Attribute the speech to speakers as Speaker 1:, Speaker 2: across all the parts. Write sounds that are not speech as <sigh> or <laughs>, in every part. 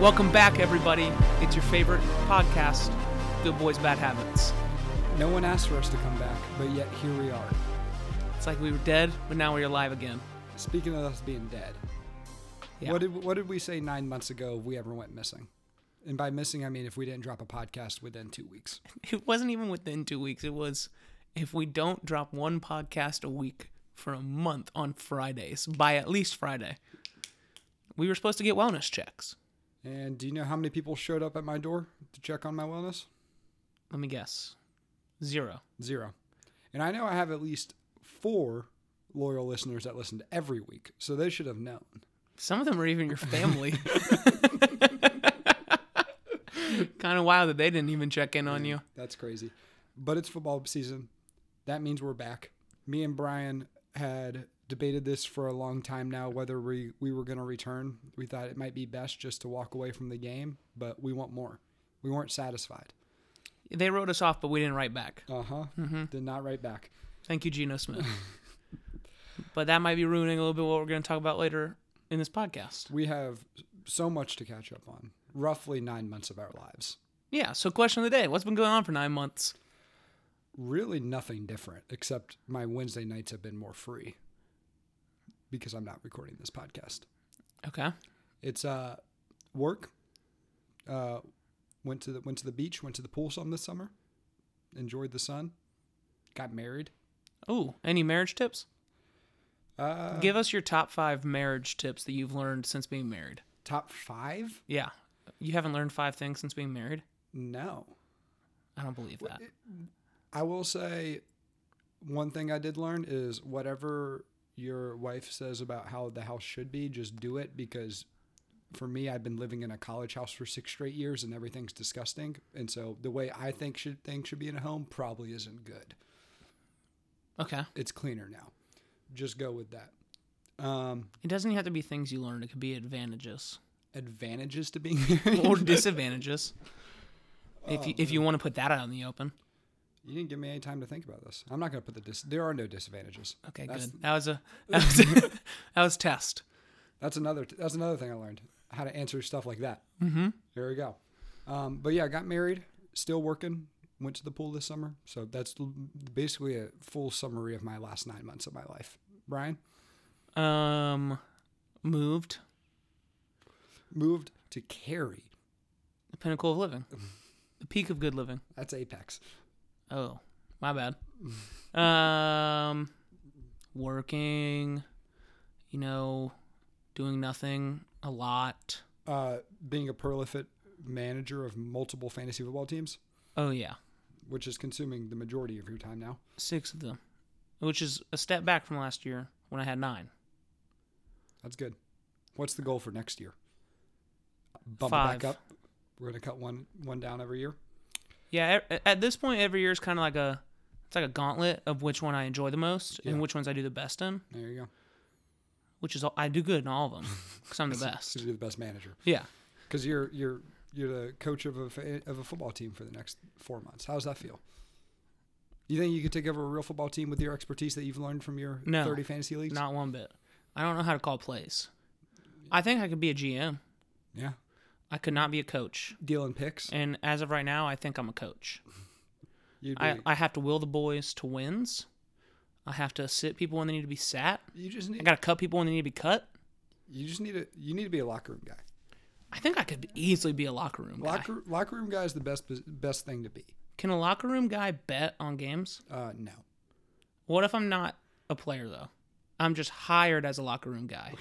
Speaker 1: Welcome back, everybody. It's your favorite podcast, Good Boys Bad Habits.
Speaker 2: No one asked for us to come back, but yet here we are.
Speaker 1: It's like we were dead, but now we're alive again.
Speaker 2: Speaking of us being dead,
Speaker 1: Yeah.
Speaker 2: what did what did we say nine months ago if we ever went missing? And by missing, I mean if we didn't drop a podcast within two weeks.
Speaker 1: It wasn't even within two weeks. It was if we don't drop one podcast a week for a month on Fridays, by at least Friday, we were supposed to get wellness checks.
Speaker 2: And do you know how many people showed up at my door to check on my wellness?
Speaker 1: Let me guess. Zero.
Speaker 2: Zero. And I know I have at least four loyal listeners that listen to every week, so they should have known.
Speaker 1: Some of them are even your family. <laughs> kind of wild that they didn't even check in on you.
Speaker 2: That's crazy. But it's football season. That means we're back. Me and Brian had debated this for a long time now whether we, we were going to return. We thought it might be best just to walk away from the game, but we want more. We weren't satisfied.
Speaker 1: They wrote us off, but we didn't write back.
Speaker 2: Uh huh. Did not write back.
Speaker 1: Thank you, Geno Smith. but that might be ruining a little bit what we're going to talk about later in this podcast.
Speaker 2: We have so much to catch up on. Roughly nine months of our lives.
Speaker 1: Yeah. So, question of the day: What's been going on for nine months?
Speaker 2: Really nothing different, except my Wednesday nights have been more free because I'm not recording this podcast.
Speaker 1: Okay.
Speaker 2: It's uh work. Uh went to the went to the beach, went to the pool some this summer. Enjoyed the sun. Got married.
Speaker 1: Oh, any marriage tips?
Speaker 2: Uh
Speaker 1: Give us your top five marriage tips that you've learned since being married.
Speaker 2: top 5?
Speaker 1: Yeah. You haven't learned five things since being married?
Speaker 2: No.
Speaker 1: I don't believe that.
Speaker 2: I will say one thing I did learn is whatever your wife says about how the house should be, just do it because for me I've been living in a college house for 6 straight years and everything's disgusting. And so the way I think should things should be in a home probably isn't good.
Speaker 1: Okay.
Speaker 2: it's cleaner now. Just go with that. Um,
Speaker 1: It doesn't have to be things you learned. It could be
Speaker 2: <laughs>
Speaker 1: advantages
Speaker 2: advantages to being <laughs> married.
Speaker 1: or disadvantages. If
Speaker 2: Oh,
Speaker 1: you, if you want to put that out in the open.
Speaker 2: you didn't give me any time to think about this. I'm not going to put the dis. There are no disadvantages.
Speaker 1: Okay,
Speaker 2: That's-
Speaker 1: good. That was
Speaker 2: <laughs>
Speaker 1: a that was, <laughs> a, that was test.
Speaker 2: That's another. That's another thing I learned how to answer stuff like that. Mm-hmm. There we go. Um, but yeah, I got married. Still working. Went to the pool this summer. So that's l- basically a full summary of my last nine months of my life. Brian
Speaker 1: Um, moved
Speaker 2: moved to Cary.
Speaker 1: the pinnacle of
Speaker 2: <laughs>
Speaker 1: living, the peak of good living.
Speaker 2: That's apex.
Speaker 1: Oh, my bad. <laughs> Um, working, you know, doing nothing a lot.
Speaker 2: Uh, being a prolific manager of multiple fantasy football teams.
Speaker 1: Oh yeah,
Speaker 2: which is consuming the majority of your time now.
Speaker 1: six of them, which is a step back from last year when I had nine.
Speaker 2: That's good. What's the goal for next year? Bump it
Speaker 1: Five.
Speaker 2: back up. We're gonna cut one one down every year.
Speaker 1: Yeah, at, at this point, every year is kind of like a it's like a gauntlet of which one I enjoy the most
Speaker 2: Yeah.
Speaker 1: and which ones I do the best in.
Speaker 2: There you go.
Speaker 1: Which is all, I do good in all of them because I'm the
Speaker 2: To
Speaker 1: best.
Speaker 2: be the best manager,
Speaker 1: Yeah.
Speaker 2: because you're you're you're the coach of a fa- of a football team for the next four months. How does that feel? You think you could take over a real football team with your expertise that you've learned from your
Speaker 1: No.
Speaker 2: thirty fantasy leagues?
Speaker 1: Not one bit. I don't know how to call plays. I think I could be a GM.
Speaker 2: Yeah,
Speaker 1: I could not be a coach.
Speaker 2: dealing picks.
Speaker 1: And as of right now, I think I'm a coach.
Speaker 2: You'd be,
Speaker 1: I, I have to will the boys to wins. I have to sit people when they need to be sat.
Speaker 2: you just
Speaker 1: I
Speaker 2: need
Speaker 1: got to cut people when they need to be cut.
Speaker 2: you just need to you need to be a locker room guy.
Speaker 1: I think I could easily be a locker room guy.
Speaker 2: Locker locker room guy is the best pos- best thing to be.
Speaker 1: Can a locker room guy bet on games?
Speaker 2: Uh, no,
Speaker 1: What if I'm not a player though? I'm just hired as a locker room guy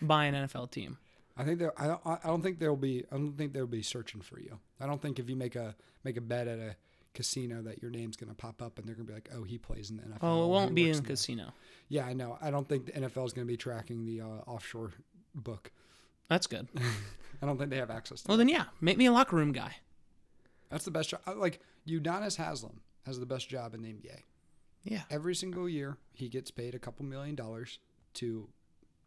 Speaker 1: by an NFL team.
Speaker 2: I think there. I don't. I don't think there'll be. I don't think they'll be searching for you. I don't think if you make a make a bet at a casino that your name's going to pop up and they're going to be like, oh, he plays in the NFL.
Speaker 1: Oh, it
Speaker 2: he
Speaker 1: won't be
Speaker 2: works
Speaker 1: in a casino.
Speaker 2: Yeah, I know. I don't think the NFL is going to be tracking the uh, offshore
Speaker 1: <laughs>
Speaker 2: book.
Speaker 1: That's good.
Speaker 2: I don't think they have access to.
Speaker 1: Well
Speaker 2: that.
Speaker 1: then, yeah, make me a locker room guy.
Speaker 2: That's the best job. Like Udonis Haslam has the best job in the NBA.
Speaker 1: Yeah.
Speaker 2: Every single year, he gets paid a couple million dollars to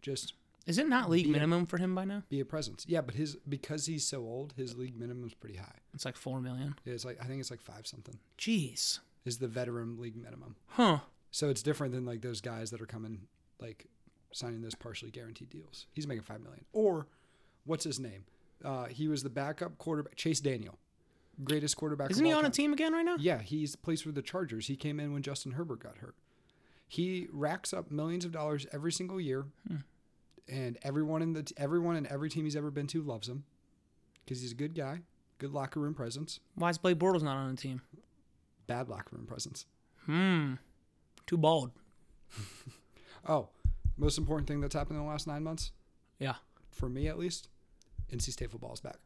Speaker 2: just
Speaker 1: Is it not league
Speaker 2: Be a-
Speaker 1: minimum for him by now?
Speaker 2: be a presence. Yeah, but his because he's so old, his league minimum's pretty high.
Speaker 1: It's like four million.
Speaker 2: It's like I think it's like five something
Speaker 1: Jeez.
Speaker 2: is the veteran league minimum.
Speaker 1: Huh.
Speaker 2: So it's different than like those guys that are coming like signing those partially guaranteed deals. He's making five million. Or what's his name? Uh, he was the backup quarterback, Chase Daniel, greatest quarterback.
Speaker 1: Isn't
Speaker 2: of
Speaker 1: he
Speaker 2: all
Speaker 1: on a
Speaker 2: time.
Speaker 1: team again right now?
Speaker 2: Yeah, he's plays for the Chargers. He came in when Justin Herbert got hurt. He racks up millions of dollars every single year,
Speaker 1: Hmm.
Speaker 2: and everyone in the t- everyone in every team he's ever been to loves him because he's a good guy, good locker room presence,
Speaker 1: Why is Blake Bortles not on a team?
Speaker 2: bad locker room presence.
Speaker 1: Hmm. Too bald.
Speaker 2: Oh, most important thing that's happened in the last nine months
Speaker 1: Yeah.
Speaker 2: for me at least, NC State football is back.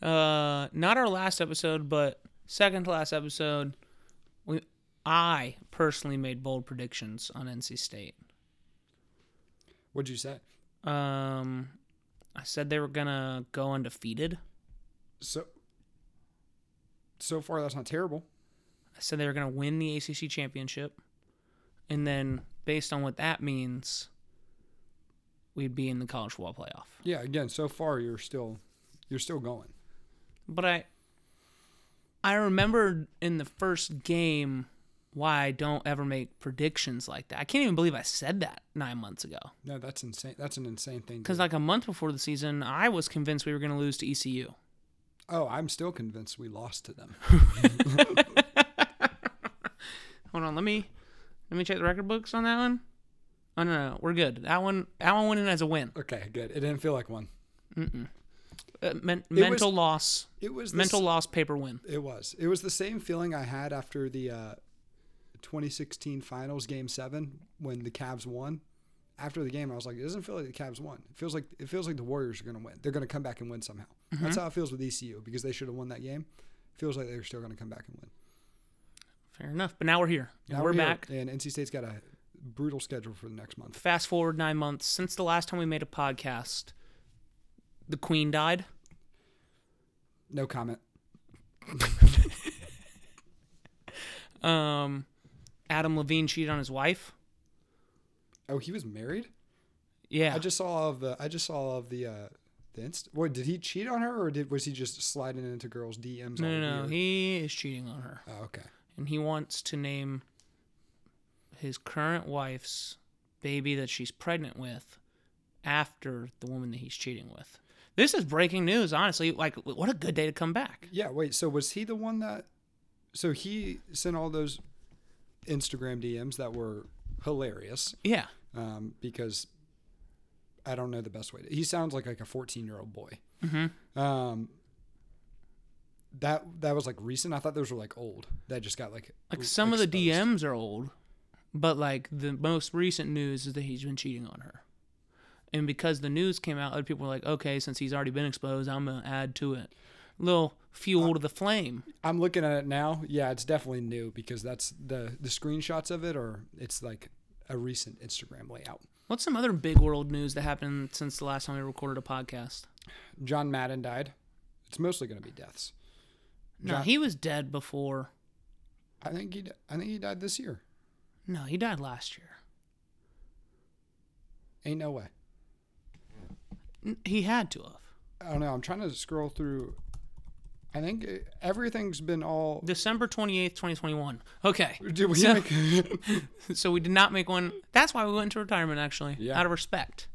Speaker 1: Uh, not our last episode, but second to last episode, we I personally made bold predictions on NC State.
Speaker 2: What'd you say?
Speaker 1: Um, I said they were gonna go undefeated.
Speaker 2: So, so far that's not terrible.
Speaker 1: I said they were gonna win the ACC championship, and then based on what that means, we'd be in the college football playoff.
Speaker 2: Yeah, again, so far you're still you're still going.
Speaker 1: But I I remember in the first game why I don't ever make predictions like that. I can't even believe I said that nine months ago.
Speaker 2: No, that's insane. That's an insane thing. to
Speaker 1: Because
Speaker 2: do.
Speaker 1: like a month before the season, I was convinced we were going to lose to E ECU.
Speaker 2: oh, I'm still convinced we lost to them.
Speaker 1: Hold on, let me let me check the record books on that one. Oh no, no, we're good. That one, that one went in as a win.
Speaker 2: Okay, good. It didn't feel like one.
Speaker 1: Uh, men-
Speaker 2: was-
Speaker 1: mental loss,
Speaker 2: It was the
Speaker 1: mental loss, paper win.
Speaker 2: s- It was. It was the same feeling I had after the uh, 2016 Finals Game Seven when the Cavs won. After the game, I was like, "It doesn't feel like the Cavs won. It feels like it feels like the Warriors are going to win. They're going to come back and win somehow."
Speaker 1: Mm-hmm.
Speaker 2: That's how it feels with ECU because they should have won that game. Feels like they're still going to come back and win.
Speaker 1: Fair enough. But now we're here.
Speaker 2: Now
Speaker 1: we're,
Speaker 2: here,
Speaker 1: back.
Speaker 2: and NC State's got a brutal schedule for the next month.
Speaker 1: Fast forward nine months since the last time we made a podcast. The Queen died.
Speaker 2: No comment.
Speaker 1: Um, Adam Levine cheated on his wife.
Speaker 2: Oh, he was married.
Speaker 1: Yeah,
Speaker 2: I just saw all of the. I just saw all of the. Uh, the inst- what did he cheat on her, or did was he just sliding into girls' DMs?
Speaker 1: no, no,
Speaker 2: all
Speaker 1: no.
Speaker 2: weird?
Speaker 1: He is cheating on her.
Speaker 2: oh, okay.
Speaker 1: and he wants to name his current wife's baby that she's pregnant with after the woman that he's cheating with. This is breaking news, honestly. Like, what a good day to come back.
Speaker 2: Yeah. Wait. So was he the one that? So he sent all those Instagram DMs that were hilarious
Speaker 1: Yeah.
Speaker 2: um, because I don't know the best way. To, he sounds like like a fourteen year old boy.
Speaker 1: Mm-hmm.
Speaker 2: Um, that that was like recent. I thought those were like old. That just got like
Speaker 1: Like, some of the
Speaker 2: exposed.
Speaker 1: DMs are old, but like, the most recent news is that he's been cheating on her. And because the news came out, other people were like, okay, since he's already been exposed, I'm going to add to it. Little fuel
Speaker 2: Uh,
Speaker 1: to the flame.
Speaker 2: I'm looking at it now. Yeah, it's definitely new because that's the the screenshots of it or it's like a recent Instagram layout.
Speaker 1: What's some other big world news that happened since the last time we recorded a podcast?
Speaker 2: John Madden died. It's mostly going to be deaths.
Speaker 1: No,
Speaker 2: John-
Speaker 1: he was dead before.
Speaker 2: I think he d- I think he died this year.
Speaker 1: No, he died last year.
Speaker 2: Ain't no way.
Speaker 1: N- He had to have.
Speaker 2: I don't know. I'm trying to scroll through. I think uh, everything's been all.
Speaker 1: December 28th, 2021. Okay. <laughs>
Speaker 2: Did we
Speaker 1: So-
Speaker 2: make-
Speaker 1: So we did not make one. That's why we went into retirement, actually.
Speaker 2: Yeah.
Speaker 1: Out of respect.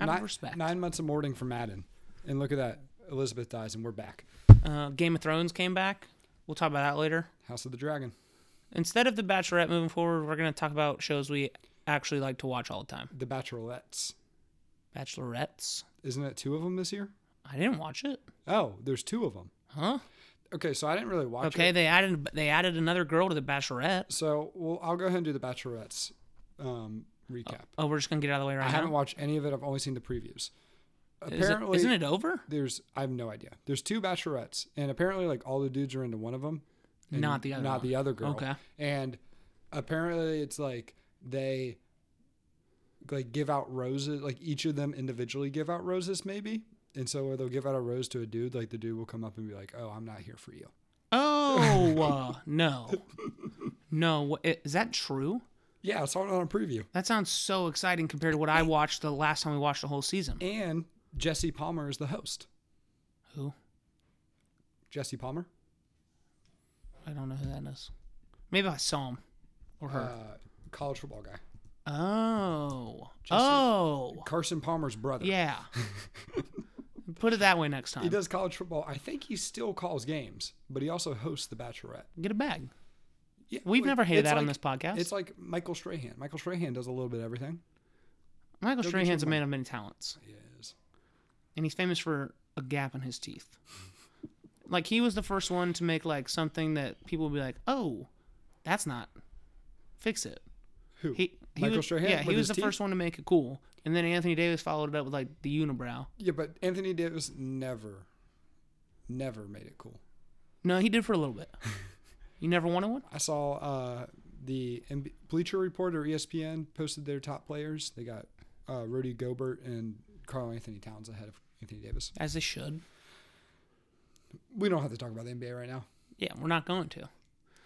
Speaker 1: Out
Speaker 2: Ni-
Speaker 1: of respect.
Speaker 2: nine months of mourning for Madden, and look at that. Elizabeth dies, and we're back.
Speaker 1: Uh, Game of Thrones came back. We'll talk about that later.
Speaker 2: House of the Dragon.
Speaker 1: Instead of The Bachelorette moving forward, we're going to talk about shows we actually like to watch all the time.
Speaker 2: The Bachelorettes.
Speaker 1: Bachelorettes.
Speaker 2: Isn't it two of them this year?
Speaker 1: I didn't watch it.
Speaker 2: Oh, there's two of them.
Speaker 1: Huh?
Speaker 2: Okay, so I didn't really watch it.
Speaker 1: Okay, they added they added another girl to The Bachelorette.
Speaker 2: So, well, I'll go ahead and do the Bachelorette's um, recap.
Speaker 1: Oh, we're just going to get out of the way right
Speaker 2: I haven't
Speaker 1: now.
Speaker 2: watched any of it. I've only seen the previews.
Speaker 1: Is it,
Speaker 2: Apparently,
Speaker 1: isn't it over?
Speaker 2: there's I have no idea. There's two Bachelorettes, and apparently, like all the dudes are into one of them, and
Speaker 1: Not the other
Speaker 2: not
Speaker 1: one.
Speaker 2: the other girl.
Speaker 1: Okay.
Speaker 2: And apparently, it's like they like give out roses. Like each of them individually give out roses, maybe. And so they'll give out a rose to a dude. Like the dude will come up and be like, "Oh, I'm not here for you."
Speaker 1: Oh uh, <laughs> no, no! wha- i- Is that true?
Speaker 2: Yeah, I saw it on a preview.
Speaker 1: That sounds so exciting compared to what I watched the last time we watched the whole season.
Speaker 2: And Jesse Palmer is the host.
Speaker 1: Who?
Speaker 2: Jesse Palmer.
Speaker 1: I don't know who that is. Maybe I saw him or her.
Speaker 2: uh, college football guy.
Speaker 1: Oh.
Speaker 2: Just a-
Speaker 1: oh.
Speaker 2: Carson Palmer's brother.
Speaker 1: Yeah.
Speaker 2: <laughs>
Speaker 1: Put it that way next time.
Speaker 2: He does college football. I think he still calls games, but he also hosts The Bachelorette.
Speaker 1: Get a bag.
Speaker 2: Yeah,
Speaker 1: We've
Speaker 2: like,
Speaker 1: never hated
Speaker 2: it's
Speaker 1: that on
Speaker 2: like-
Speaker 1: this podcast.
Speaker 2: It's like Michael Strahan. Michael Strahan does a little bit of everything.
Speaker 1: Michael
Speaker 2: Go get
Speaker 1: Strahan's a
Speaker 2: your
Speaker 1: man of many talents,
Speaker 2: He is.
Speaker 1: and he's famous for a gap in his teeth.
Speaker 2: <laughs>
Speaker 1: like he was the first one to make like something that people would be like, "Oh, that's not fix it."
Speaker 2: Who?
Speaker 1: He, he
Speaker 2: Michael
Speaker 1: was,
Speaker 2: Strahan
Speaker 1: Yeah, he
Speaker 2: with
Speaker 1: was the
Speaker 2: his teeth?
Speaker 1: first one to make it cool, and then Anthony Davis followed it up with like the unibrow.
Speaker 2: yeah, but Anthony Davis never, never made it cool.
Speaker 1: No, he did for a little
Speaker 2: <laughs>
Speaker 1: bit. you never wanted one?
Speaker 2: I saw uh, the MB- Bleacher Report or E ESPN posted their top players. They got uh, Rudy Gobert and Carl Anthony Towns ahead of Anthony Davis.
Speaker 1: As they should.
Speaker 2: We don't have to talk about the NBA right now.
Speaker 1: Yeah, we're not going to.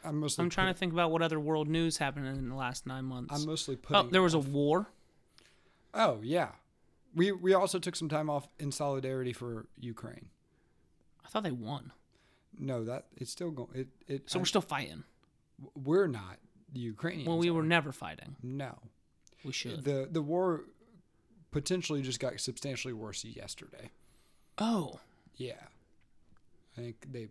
Speaker 2: I'm mostly.
Speaker 1: I'm trying to think about what other world news happened in the last nine months.
Speaker 2: I'm mostly
Speaker 1: oh,
Speaker 2: putting.
Speaker 1: there was a war.
Speaker 2: Oh yeah, we we also took some time off in solidarity for Ukraine.
Speaker 1: I thought they won,
Speaker 2: No, that it's still going. It it.
Speaker 1: so
Speaker 2: I-
Speaker 1: we're still fighting.
Speaker 2: we're not the Ukrainians.
Speaker 1: Well, we were
Speaker 2: are.
Speaker 1: never fighting.
Speaker 2: no.
Speaker 1: We should.
Speaker 2: The the war potentially just got substantially worse yesterday.
Speaker 1: Oh,
Speaker 2: Yeah, I think they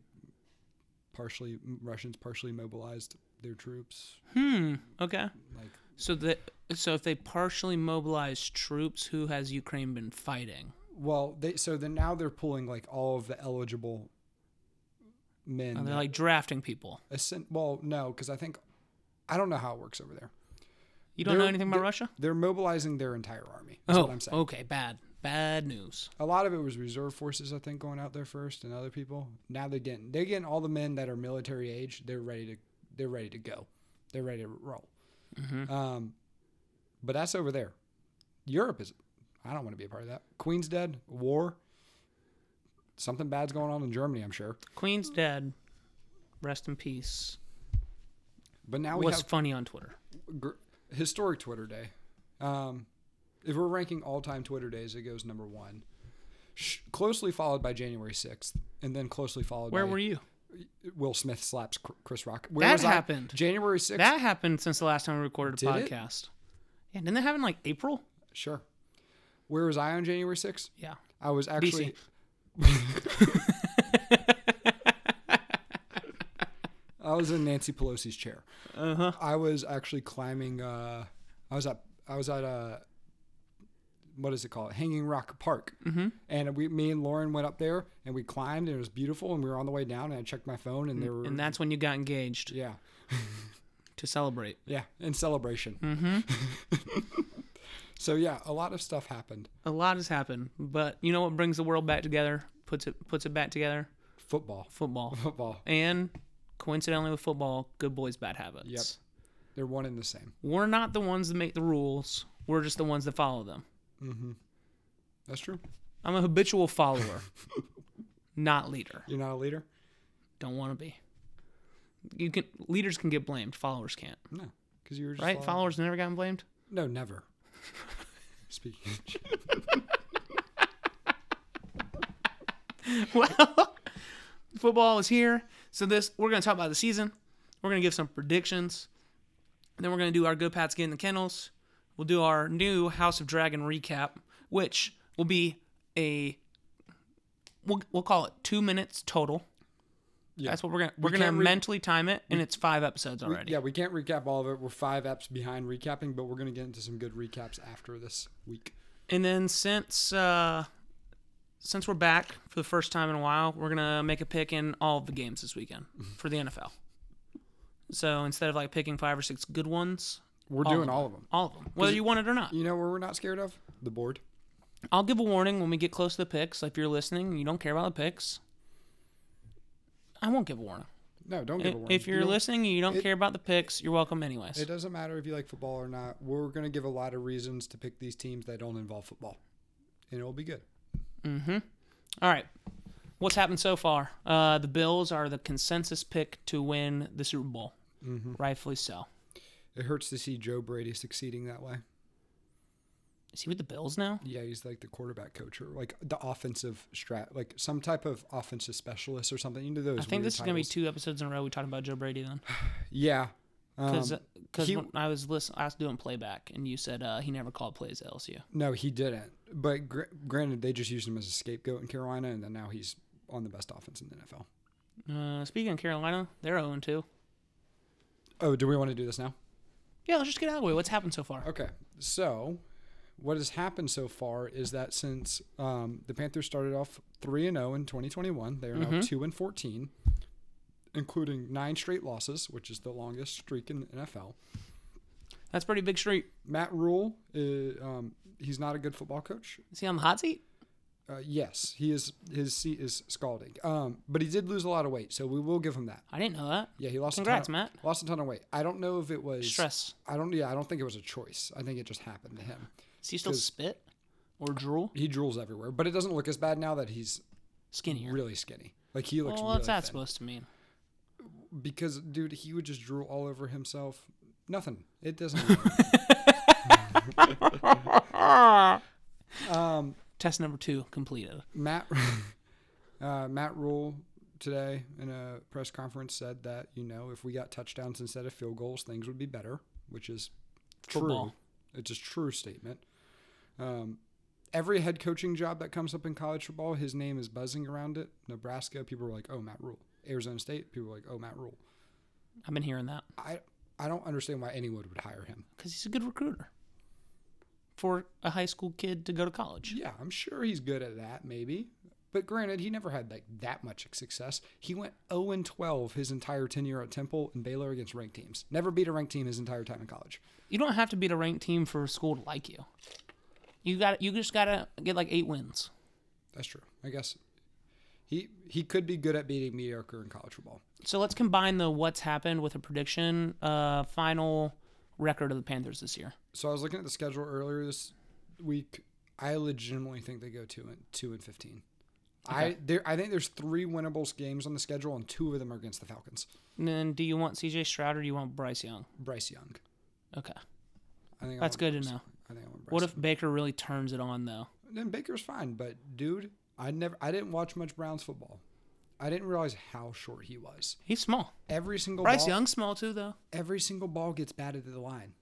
Speaker 2: partially Russians partially mobilized their troops.
Speaker 1: hmm. Okay.
Speaker 2: Like
Speaker 1: So that so if they partially mobilize troops, who has Ukraine been fighting?
Speaker 2: well, they so then now they're pulling like all of the eligible men.
Speaker 1: Are they like drafting people?
Speaker 2: Ascend- well, no, because I think I don't know how it works over there.
Speaker 1: You don't know
Speaker 2: They're-
Speaker 1: anything about Russia?
Speaker 2: They're mobilizing their entire army. That's what
Speaker 1: Oh,
Speaker 2: I'm saying.
Speaker 1: okay. Bad, bad news.
Speaker 2: a lot of it was reserve forces, I think, going out there first, and other people. Now they're getting they're getting all the men that are military age. They're ready to they're ready to go. They're ready to roll.
Speaker 1: Mm-hmm.
Speaker 2: Um, but that's over there. Europe is. I don't want to be a part of that. Queen's dead. War. Something bad's going on in Germany, I'm sure.
Speaker 1: Queen's dead. Rest in peace.
Speaker 2: But now we
Speaker 1: What's
Speaker 2: have
Speaker 1: funny on Twitter?
Speaker 2: gr- historic Twitter day. Um, if we're ranking all time Twitter days, it goes number one, Sh- closely followed by January 6th, and then closely followed
Speaker 1: Where
Speaker 2: by
Speaker 1: were you?
Speaker 2: Will Smith slaps Chr- Chris Rock. Where
Speaker 1: That
Speaker 2: I?
Speaker 1: happened.
Speaker 2: January 6th.
Speaker 1: That happened since the last time we recorded a
Speaker 2: Did it?
Speaker 1: podcast. Yeah, didn't that happen like April?
Speaker 2: Sure. Where was I on January 6th?
Speaker 1: Yeah.
Speaker 2: I was actually. I was in Nancy Pelosi's chair. Uh-huh. I was actually climbing. Uh, I was at. I was at a. What is it called? Hanging Rock Park. Mm-hmm. And we, me and Lauren went up there, and we climbed, and it was beautiful. And we were on the way down, and I checked my phone, and there were.
Speaker 1: And that's when you got engaged
Speaker 2: yeah,
Speaker 1: to celebrate.
Speaker 2: yeah, in celebration. Mm-hmm. <laughs> so yeah, a lot of stuff happened.
Speaker 1: A lot has happened, but you know what brings the world back together? Puts it puts it back together?
Speaker 2: Football, <laughs>
Speaker 1: Football.
Speaker 2: football.
Speaker 1: and coincidentally with football, good boys bad habits.
Speaker 2: Yep. They're one and the same.
Speaker 1: We're not the ones that make the rules. We're just the ones that follow them.
Speaker 2: That's true.
Speaker 1: I'm a habitual follower, not leader.
Speaker 2: You're not a leader.
Speaker 1: Don't want to be. You can leaders can get blamed, followers can't.
Speaker 2: No, because you were just
Speaker 1: Right?
Speaker 2: following-
Speaker 1: Followers never gotten blamed.
Speaker 2: No, never.
Speaker 1: <laughs>
Speaker 2: Speaking. Of,
Speaker 1: well, football is here. So this we're gonna talk about the season. We're gonna give some predictions. Then we're gonna do our good pats getting the kennels. We'll do our new House of Dragon recap, which will be a we'll, we'll call it two minutes total.
Speaker 2: Yeah.
Speaker 1: That's what we're gonna we're
Speaker 2: We
Speaker 1: gonna
Speaker 2: can't re-
Speaker 1: mentally time it, and it's five episodes already.
Speaker 2: yeah, we can't recap all of it. We're five apps behind recapping, but we're gonna get into some good recaps after this week.
Speaker 1: And then since uh, since we're back for the first time in a while, we're gonna make a pick in all of the games this weekend
Speaker 2: Mm-hmm.
Speaker 1: for the NFL. So instead of like picking five or six good ones,
Speaker 2: We're
Speaker 1: All
Speaker 2: doing
Speaker 1: of
Speaker 2: all of them.
Speaker 1: all of them, whether you want it or not.
Speaker 2: You know where we're not scared of? The board.
Speaker 1: I'll give a warning when we get close to the picks. If you're listening, and you don't care about the picks. I won't give a warning.
Speaker 2: No, don't give a warning.
Speaker 1: If you're
Speaker 2: You don't-
Speaker 1: listening and you don't
Speaker 2: it-
Speaker 1: care about the picks, you're welcome anyways.
Speaker 2: it doesn't matter if you like football or not. We're gonna give a lot of reasons to pick these teams that don't involve football, and it'll be good.
Speaker 1: All right. What's happened so far? Uh, the Bills are the consensus pick to win the Super Bowl.
Speaker 2: Mm-hmm.
Speaker 1: Rightfully so.
Speaker 2: It hurts to see Joe Brady succeeding that way.
Speaker 1: Is he with the Bills now?
Speaker 2: Yeah, he's like the quarterback coach or like the offensive strat, like some type of offensive specialist or something. You know those.
Speaker 1: I think this is going to be two episodes in a row we talking about Joe Brady then.
Speaker 2: Yeah,
Speaker 1: Because
Speaker 2: Um, he-
Speaker 1: uh, when I was listening, I was doing playback, and you said uh, he never called plays at LSU.
Speaker 2: no, he didn't. But gr- granted, they just used him as a scapegoat in Carolina, and then now he's on the best offense in the NFL.
Speaker 1: Uh, speaking of Carolina, they're 0 2.
Speaker 2: Oh, do we want to do this now?
Speaker 1: Yeah, let's just get out of the way. What's happened so far?
Speaker 2: Okay, so what has happened so far is that since um, the Panthers started off three and zero in 2021, they are now two and 14, including nine straight losses, which is the longest streak in the NFL.
Speaker 1: That's pretty big street.
Speaker 2: Matt Rule, uh, um, he's not a good football coach.
Speaker 1: Is he on the hot seat?
Speaker 2: Uh, yes, he is. His seat is scalding, um, but he did lose a lot of weight, so we will give him that.
Speaker 1: I didn't know that.
Speaker 2: Yeah, he lost.
Speaker 1: Congrats,
Speaker 2: a ton
Speaker 1: Matt.
Speaker 2: of, Lost a ton of weight. I don't know if it was.
Speaker 1: Stress.
Speaker 2: I don't. Yeah, I don't think it was a choice. I think it just happened to him.
Speaker 1: Does he still
Speaker 2: 'Cause-
Speaker 1: spit or drool?
Speaker 2: He drools everywhere, but it doesn't look as bad now that he's
Speaker 1: Skinnier.
Speaker 2: really skinny. Like he looks
Speaker 1: well,
Speaker 2: really
Speaker 1: what's that
Speaker 2: thin.
Speaker 1: supposed to mean?
Speaker 2: because dude, he would just drool all over himself. Nothing. It doesn't.
Speaker 1: <laughs>
Speaker 2: matter. um,
Speaker 1: Test number two completed.
Speaker 2: Matt <laughs> uh, Matt Rule today in a press conference said that you know if we got touchdowns instead of field goals, things would be better, which is true.
Speaker 1: Football.
Speaker 2: It's a true statement. Um, every head coaching job that comes up in college football, his name is buzzing around it. Nebraska, people were like, "Oh, Matt Rule." Arizona State, people were like, "Oh, Matt Rule."
Speaker 1: I've been hearing that
Speaker 2: I I don't understand why anyone would hire him.
Speaker 1: because he's a good recruiter for a high school kid to go to college.
Speaker 2: Yeah, I'm sure he's good at that, maybe. But granted, he never had like that much success. He went 0 and 12 his entire tenure at Temple and Baylor against ranked teams. Never beat a ranked team his entire time in college.
Speaker 1: You don't have to beat a ranked team for a school to like you. You got. You just gotta get like eight wins.
Speaker 2: That's true. I guess he he could be good at beating mediocre in college football.
Speaker 1: So let's combine the what's happened with a prediction. Uh, final record of the Panthers this year.
Speaker 2: So I was looking at the schedule earlier this week. I legitimately think they go 2 and 2 and 15. I there I think there's three winnable games on the schedule and two of them are against the Falcons.
Speaker 1: And then, do you want C.J. Stroud or do you want Bryce Young?
Speaker 2: Bryce Young.
Speaker 1: Okay,
Speaker 2: I think I
Speaker 1: that's
Speaker 2: want
Speaker 1: good to
Speaker 2: Bryce.
Speaker 1: know.
Speaker 2: I think I want Bryce.
Speaker 1: What if Baker really turns it on though?
Speaker 2: Then Baker's fine, but dude, I never I didn't watch much Browns football. I didn't realize how short he was.
Speaker 1: He's small.
Speaker 2: Every single
Speaker 1: Bryce
Speaker 2: ball,
Speaker 1: Young's small too though.
Speaker 2: every single ball gets batted to the line.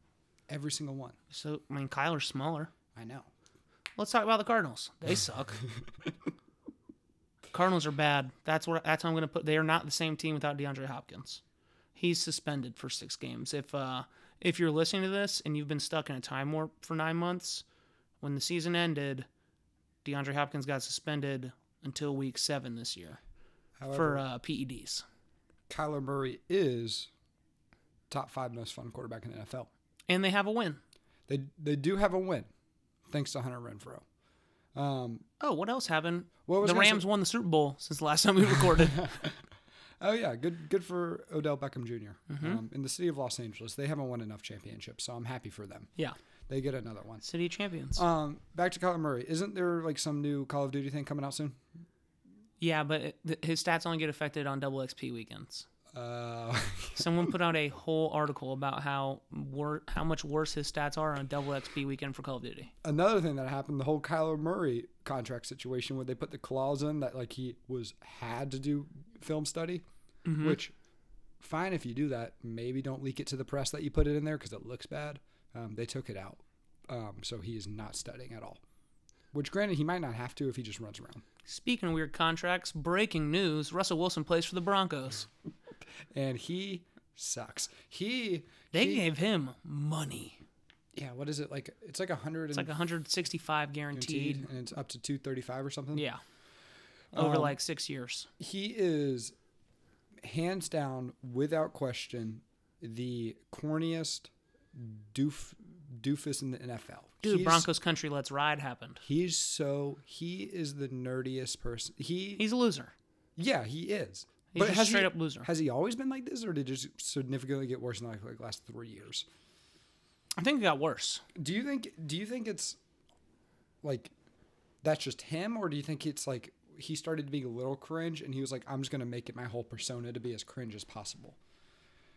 Speaker 2: Every single one.
Speaker 1: So I mean, Kyler's smaller.
Speaker 2: I know.
Speaker 1: Let's talk about the Cardinals. They
Speaker 2: <laughs>
Speaker 1: suck. Cardinals are bad. That's where that's how I'm going to put. They are not the same team without DeAndre Hopkins. He's suspended for six games. If uh, if you're listening to this and you've been stuck in a time warp for nine months, when the season ended, DeAndre Hopkins got suspended until week seven this year for
Speaker 2: However,
Speaker 1: uh, PEDs.
Speaker 2: Kyler Murray is top five most fun quarterback in the NFL.
Speaker 1: And they have a win.
Speaker 2: They they do have a win, thanks to Hunter Renfro. Um,
Speaker 1: Oh, what else happened?
Speaker 2: What was
Speaker 1: the
Speaker 2: I gonna say-
Speaker 1: Rams won the Super Bowl since the last time we
Speaker 2: <laughs>
Speaker 1: recorded.
Speaker 2: Oh yeah, good good for Odell Beckham junior
Speaker 1: Mm-hmm.
Speaker 2: Um, in the city of Los Angeles, they haven't won enough championships, so I'm happy for them.
Speaker 1: yeah,
Speaker 2: They get another one.
Speaker 1: city champions.
Speaker 2: Um, back to Kyler Murray. Isn't there like some new Call of Duty thing coming out soon?
Speaker 1: yeah, but it, th- his stats only get affected on double XP weekends.
Speaker 2: Uh,
Speaker 1: Someone put out a whole article about how wor- how much worse his stats are on double XP weekend for Call of Duty.
Speaker 2: <laughs> another thing that happened, the whole Kyler Murray contract situation where they put the clause in that like he was had to do film study,
Speaker 1: Mm-hmm.
Speaker 2: which fine if you do that, maybe don't leak it to the press that you put it in there because it looks bad. Um, they took it out, um, so he is not studying at all. Which, granted, he might not have to if he just runs around.
Speaker 1: Speaking of weird contracts, breaking news: Russell Wilson plays for the Broncos.
Speaker 2: And he sucks. He
Speaker 1: They
Speaker 2: he-
Speaker 1: gave him money.
Speaker 2: yeah. What is it like? It's like a hundred
Speaker 1: It's like 165 guaranteed.
Speaker 2: guaranteed, Um, and it's up to 235 or something.
Speaker 1: Yeah, over like six years.
Speaker 2: He is hands down, without question, the corniest doof doofus in the NFL.
Speaker 1: Dude,
Speaker 2: he's,
Speaker 1: Broncos country, let's ride happened.
Speaker 2: He's so he is the nerdiest person. He,
Speaker 1: He's a loser.
Speaker 2: yeah, he is.
Speaker 1: He's just
Speaker 2: has he-
Speaker 1: straight up loser.
Speaker 2: Has he always been like this, or did it just significantly get worse in like, like last three years?
Speaker 1: I think it got worse.
Speaker 2: Do you think? Do you think it's like that's just him, or do you think it's like he started being a little cringe and he was like, "I'm just gonna make it my whole persona to be as cringe as possible."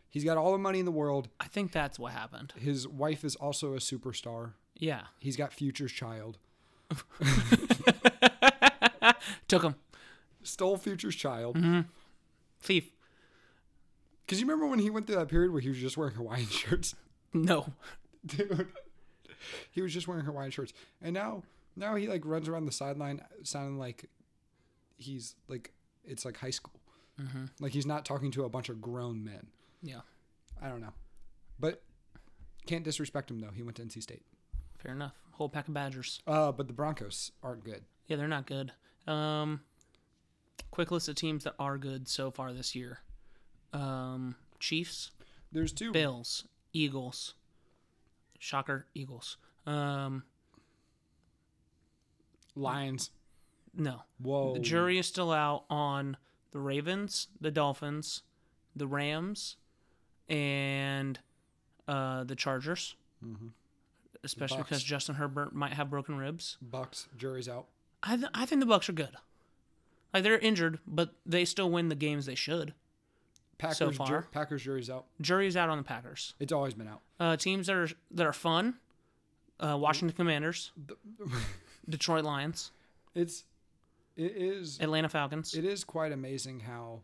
Speaker 2: He's got all the money in the world.
Speaker 1: I think that's what happened.
Speaker 2: His wife is also a superstar. <laughs>
Speaker 1: Yeah,
Speaker 2: He's got Future's child.
Speaker 1: took him
Speaker 2: Stole Future's child.
Speaker 1: thief.
Speaker 2: Because you remember when he went through that period where he was just wearing Hawaiian <laughs> shirts?
Speaker 1: No.
Speaker 2: <laughs> Dude. He was just wearing Hawaiian shirts. And now now he like runs around the sideline sounding like he's like it's like high school.
Speaker 1: Mhm.
Speaker 2: Like he's not talking to a bunch of grown men.
Speaker 1: Yeah.
Speaker 2: I don't know. But can't disrespect him though. He went to NC State.
Speaker 1: Fair enough. Whole pack of Badgers.
Speaker 2: Uh but the Broncos aren't good.
Speaker 1: Yeah, they're not good. Um, quick list of teams that are good so far this year: um, Chiefs,
Speaker 2: There's two
Speaker 1: Bills, Eagles. Shocker, Eagles. Um,
Speaker 2: Lions.
Speaker 1: no,
Speaker 2: Whoa.
Speaker 1: the jury is still out on the Ravens, the Dolphins, the Rams, and uh, the Chargers. Especially
Speaker 2: Bucks.
Speaker 1: because Justin Herbert might have broken ribs.
Speaker 2: Bucks. Jury's out.
Speaker 1: I th- I think the Bucks are good. Like they're injured, but they still win the games they should.
Speaker 2: Packers
Speaker 1: So
Speaker 2: ju-
Speaker 1: far.
Speaker 2: Packers jury's out.
Speaker 1: Jury's out on the Packers.
Speaker 2: It's always been out.
Speaker 1: Uh, teams that are that are fun: uh, Washington Commanders, Detroit Lions,
Speaker 2: It's it is
Speaker 1: Atlanta Falcons.
Speaker 2: it is quite amazing how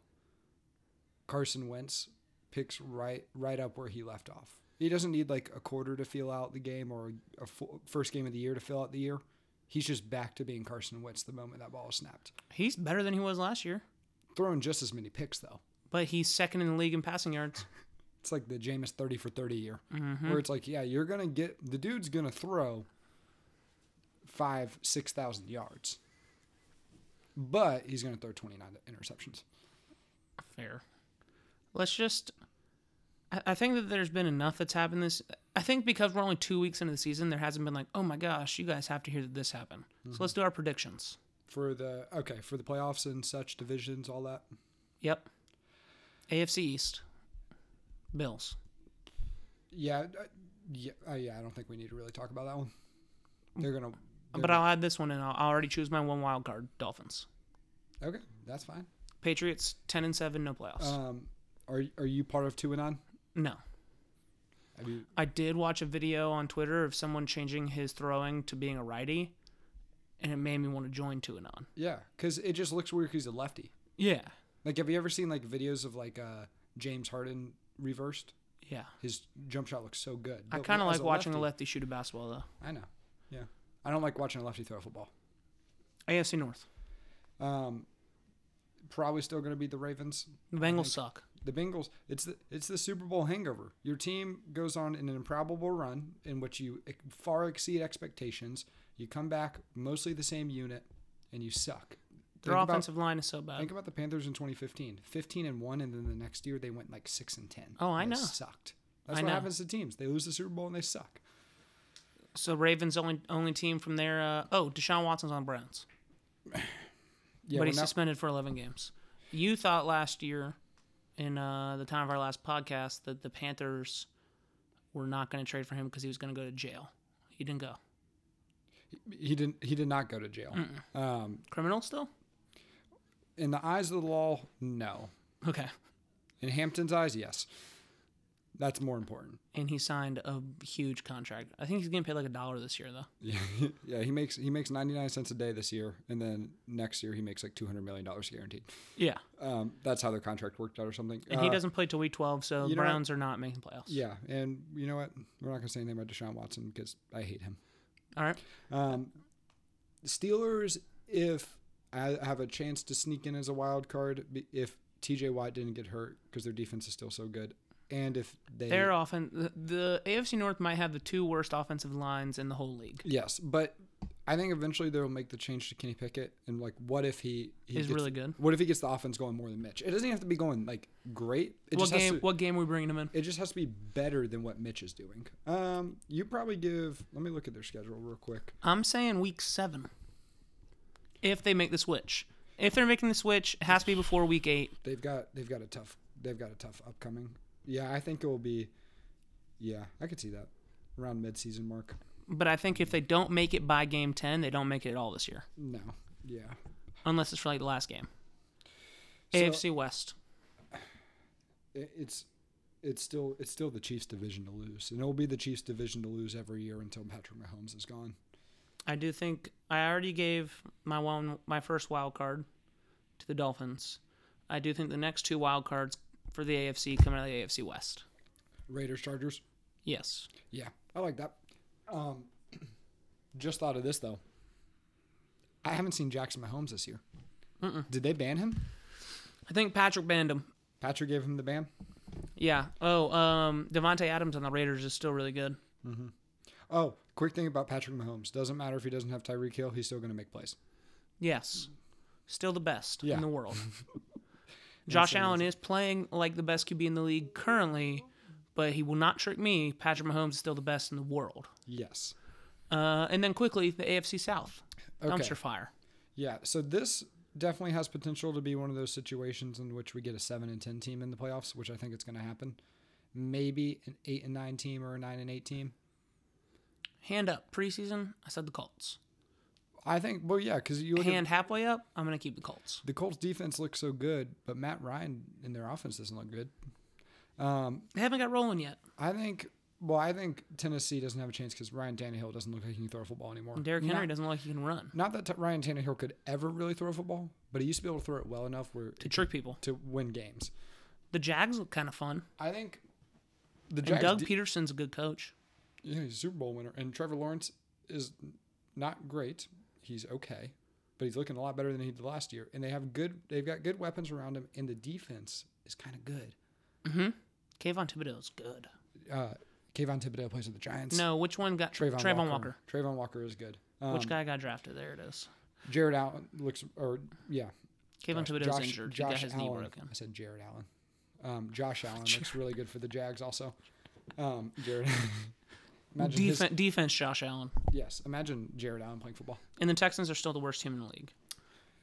Speaker 2: Carson Wentz picks right right up where he left off. He doesn't need like a quarter to feel out the game or a full, first game of the year to fill out the year. He's just back to being Carson Wentz the moment that ball is snapped.
Speaker 1: He's better than he was last year,
Speaker 2: Throwing just as many picks though.
Speaker 1: but he's second in the league in passing yards.
Speaker 2: It's like the Jameis 30 for 30 year, where it's like, yeah, you're going to get the dude's going to throw five, 6,000 yards, but he's going to throw 29 interceptions.
Speaker 1: Fair. Let's just. I, I think that there's been enough that's happened this. I think because we're only two weeks into the season, there hasn't been like, oh my gosh, you guys have to hear that this happened. So let's do our predictions.
Speaker 2: For the, okay, for the playoffs and such divisions, all that.
Speaker 1: Yep. AFC East. Bills.
Speaker 2: Yeah. uh, Yeah. Uh, yeah. I don't think we need to really talk about that one. They're going to,
Speaker 1: But uh, I'll add this one, and I'll, I'll already choose my one wild card: Dolphins.
Speaker 2: okay, that's fine.
Speaker 1: Patriots ten and seven, no playoffs.
Speaker 2: Um, are, are you part of two and on?
Speaker 1: no,
Speaker 2: Have you,
Speaker 1: I did watch a video on Twitter of someone changing his throwing to being a righty, and it made me want to join Tuanon.
Speaker 2: yeah. Cause it just looks weird. 'cause he's a lefty.
Speaker 1: Yeah,
Speaker 2: Like, have you ever seen like videos of like, uh, James Harden reversed?
Speaker 1: yeah.
Speaker 2: his jump shot looks so good.
Speaker 1: I
Speaker 2: But
Speaker 1: kind of
Speaker 2: as
Speaker 1: like watching a lefty shoot a basketball though.
Speaker 2: I know. Yeah. I don't like watching a lefty throw a football.
Speaker 1: AFC North.
Speaker 2: Um, probably still going to be the Ravens.
Speaker 1: The Bengals suck.
Speaker 2: The Bengals. It's the it's the Super Bowl hangover. Your team goes on an improbable run in which you ex- far exceed expectations. You come back mostly the same unit, and you suck.
Speaker 1: Their
Speaker 2: think
Speaker 1: offensive line is so
Speaker 2: About,
Speaker 1: bad.
Speaker 2: think about the Panthers in 2015, 15 and one, and then the next year they went like six and ten.
Speaker 1: Oh, I
Speaker 2: They
Speaker 1: know.
Speaker 2: Sucked. That's
Speaker 1: I
Speaker 2: what
Speaker 1: know.
Speaker 2: happens to teams. They lose the Super Bowl and they suck.
Speaker 1: So Ravens only only team from there. Uh, oh, Deshaun Watson's on the Browns,
Speaker 2: Yeah,
Speaker 1: but
Speaker 2: we're
Speaker 1: he's
Speaker 2: not-
Speaker 1: suspended for eleven games. You thought last year, in uh, the time of our last podcast, that the Panthers were not going to trade for him because he was going to go to jail. He didn't go.
Speaker 2: he didn't he did not go to jail um,
Speaker 1: Criminal still?
Speaker 2: in the eyes of the law no
Speaker 1: Okay.
Speaker 2: in hampton's eyes yes that's more important
Speaker 1: And he signed a huge contract. I think he's getting paid like a dollar this year though.
Speaker 2: yeah, yeah he makes he makes 99 cents a day this year and then next year he makes like 200 million dollars guaranteed
Speaker 1: Yeah.
Speaker 2: um, that's how their contract worked out or something
Speaker 1: And he
Speaker 2: Uh,
Speaker 1: doesn't play till week twelve, so
Speaker 2: you know what?
Speaker 1: Browns are not making playoffs.
Speaker 2: yeah and you know what we're not going to say anything about deshaun watson because i hate him
Speaker 1: All right.
Speaker 2: Um, Steelers, if I have a chance to sneak in as a wild card, be- if TJ Watt didn't get hurt because their defense is still so good, and if they
Speaker 1: Their often the, the AFC North might have the two worst offensive lines in the whole league.
Speaker 2: yes, but I think eventually they'll make the change to Kenny Pickett, and like, what if he, he
Speaker 1: He's
Speaker 2: gets-
Speaker 1: really good.
Speaker 2: What if he gets the offense going more than Mitch? It doesn't have to be going like great. It
Speaker 1: What
Speaker 2: just has
Speaker 1: game?
Speaker 2: to-
Speaker 1: what game are we bringing him in?
Speaker 2: it just has to be better than what Mitch is doing. Um, you probably give. Let me look at their schedule real quick.
Speaker 1: I'm saying week seven. If they make the switch, if they're making the switch, it has to be before week eight.
Speaker 2: They've got they've got a tough they've got a tough upcoming. Yeah, I think it will be. Yeah, I could see that around mid season mark.
Speaker 1: But I think if they don't make it by game ten, they don't make it at all this year,
Speaker 2: No, yeah,
Speaker 1: unless it's for like the last game.
Speaker 2: So-
Speaker 1: AFC West.
Speaker 2: it, it's it's still it's still the Chiefs division to lose, and it will be the Chiefs division to lose every year until Patrick Mahomes is gone.
Speaker 1: I do think I already gave my one my first wild card to the Dolphins. I do think the next two wild cards for the AFC coming out of the AFC West.
Speaker 2: Raiders, Chargers.
Speaker 1: Yes.
Speaker 2: Yeah, I like that. Um, <clears throat> just thought of this though. I haven't seen Jackson Mahomes this year. Did they ban him?
Speaker 1: I think Patrick banned him.
Speaker 2: Patrick gave him the ban.
Speaker 1: Yeah. Oh, um, Devontae Adams on the Raiders is still really good.
Speaker 2: Oh, quick thing about Patrick Mahomes. Doesn't matter if he doesn't have Tyreek Hill, he's still going to make plays.
Speaker 1: Yes. Still the best
Speaker 2: Yeah.
Speaker 1: in the
Speaker 2: <laughs>
Speaker 1: world. <laughs> Josh Allen is playing like the best QB in the league currently, but he will not trick me. Patrick Mahomes is still the best in the world.
Speaker 2: Yes.
Speaker 1: Uh, and then quickly, the AFC South.
Speaker 2: Okay.
Speaker 1: Dumpster fire.
Speaker 2: Yeah. So this definitely has potential to be one of those situations in which we get a seven and ten team in the playoffs, which I think it's going to happen. Maybe an eight and nine team or a nine and eight team.
Speaker 1: Hand up. Preseason, I said the Colts.
Speaker 2: I think. Well, yeah, because you look at
Speaker 1: Hand halfway up, I'm going to keep the Colts.
Speaker 2: the Colts defense looks so good, but Matt Ryan in their offense doesn't look good.
Speaker 1: They haven't got rolling yet.
Speaker 2: I think. Well, I think Tennessee doesn't have a chance because Ryan Tannehill doesn't look like he can throw a football anymore.
Speaker 1: Derrick Henry
Speaker 2: Not-
Speaker 1: doesn't look like he can run
Speaker 2: Not that t- Ryan Tannehill could ever really throw a football, but he used to be able to throw it well enough where
Speaker 1: to trick people.
Speaker 2: to win games.
Speaker 1: The Jags look kind of fun.
Speaker 2: I think the
Speaker 1: And
Speaker 2: Jags,
Speaker 1: Doug
Speaker 2: de-
Speaker 1: Peterson's a good coach.
Speaker 2: yeah, he's a Super Bowl winner, and Trevor Lawrence is not great. He's okay, but he's looking a lot better than he did last year. And they have good, they've got good weapons around him, and the defense is kind of good.
Speaker 1: Kayvon Thibodeau's good.
Speaker 2: Uh, Kayvon Thibodeau plays with the Giants.
Speaker 1: No, which one got Trayvon, Walker.
Speaker 2: Trayvon Walker is good. Um,
Speaker 1: Which guy got drafted? There it is.
Speaker 2: Jared Allen looks, or yeah,
Speaker 1: Kayvon Thibodeau's
Speaker 2: Josh,
Speaker 1: injured.
Speaker 2: Josh
Speaker 1: he got his
Speaker 2: Allen.
Speaker 1: knee broken.
Speaker 2: I said Jared Allen. Um,
Speaker 1: <laughs>
Speaker 2: Josh Allen looks really good for the Jags also. Um,
Speaker 1: <laughs>
Speaker 2: Jared. <laughs> imagine his-
Speaker 1: Defen- defense, Josh Allen.
Speaker 2: yes, imagine Jared Allen playing football.
Speaker 1: And the Texans are still the worst team in the league.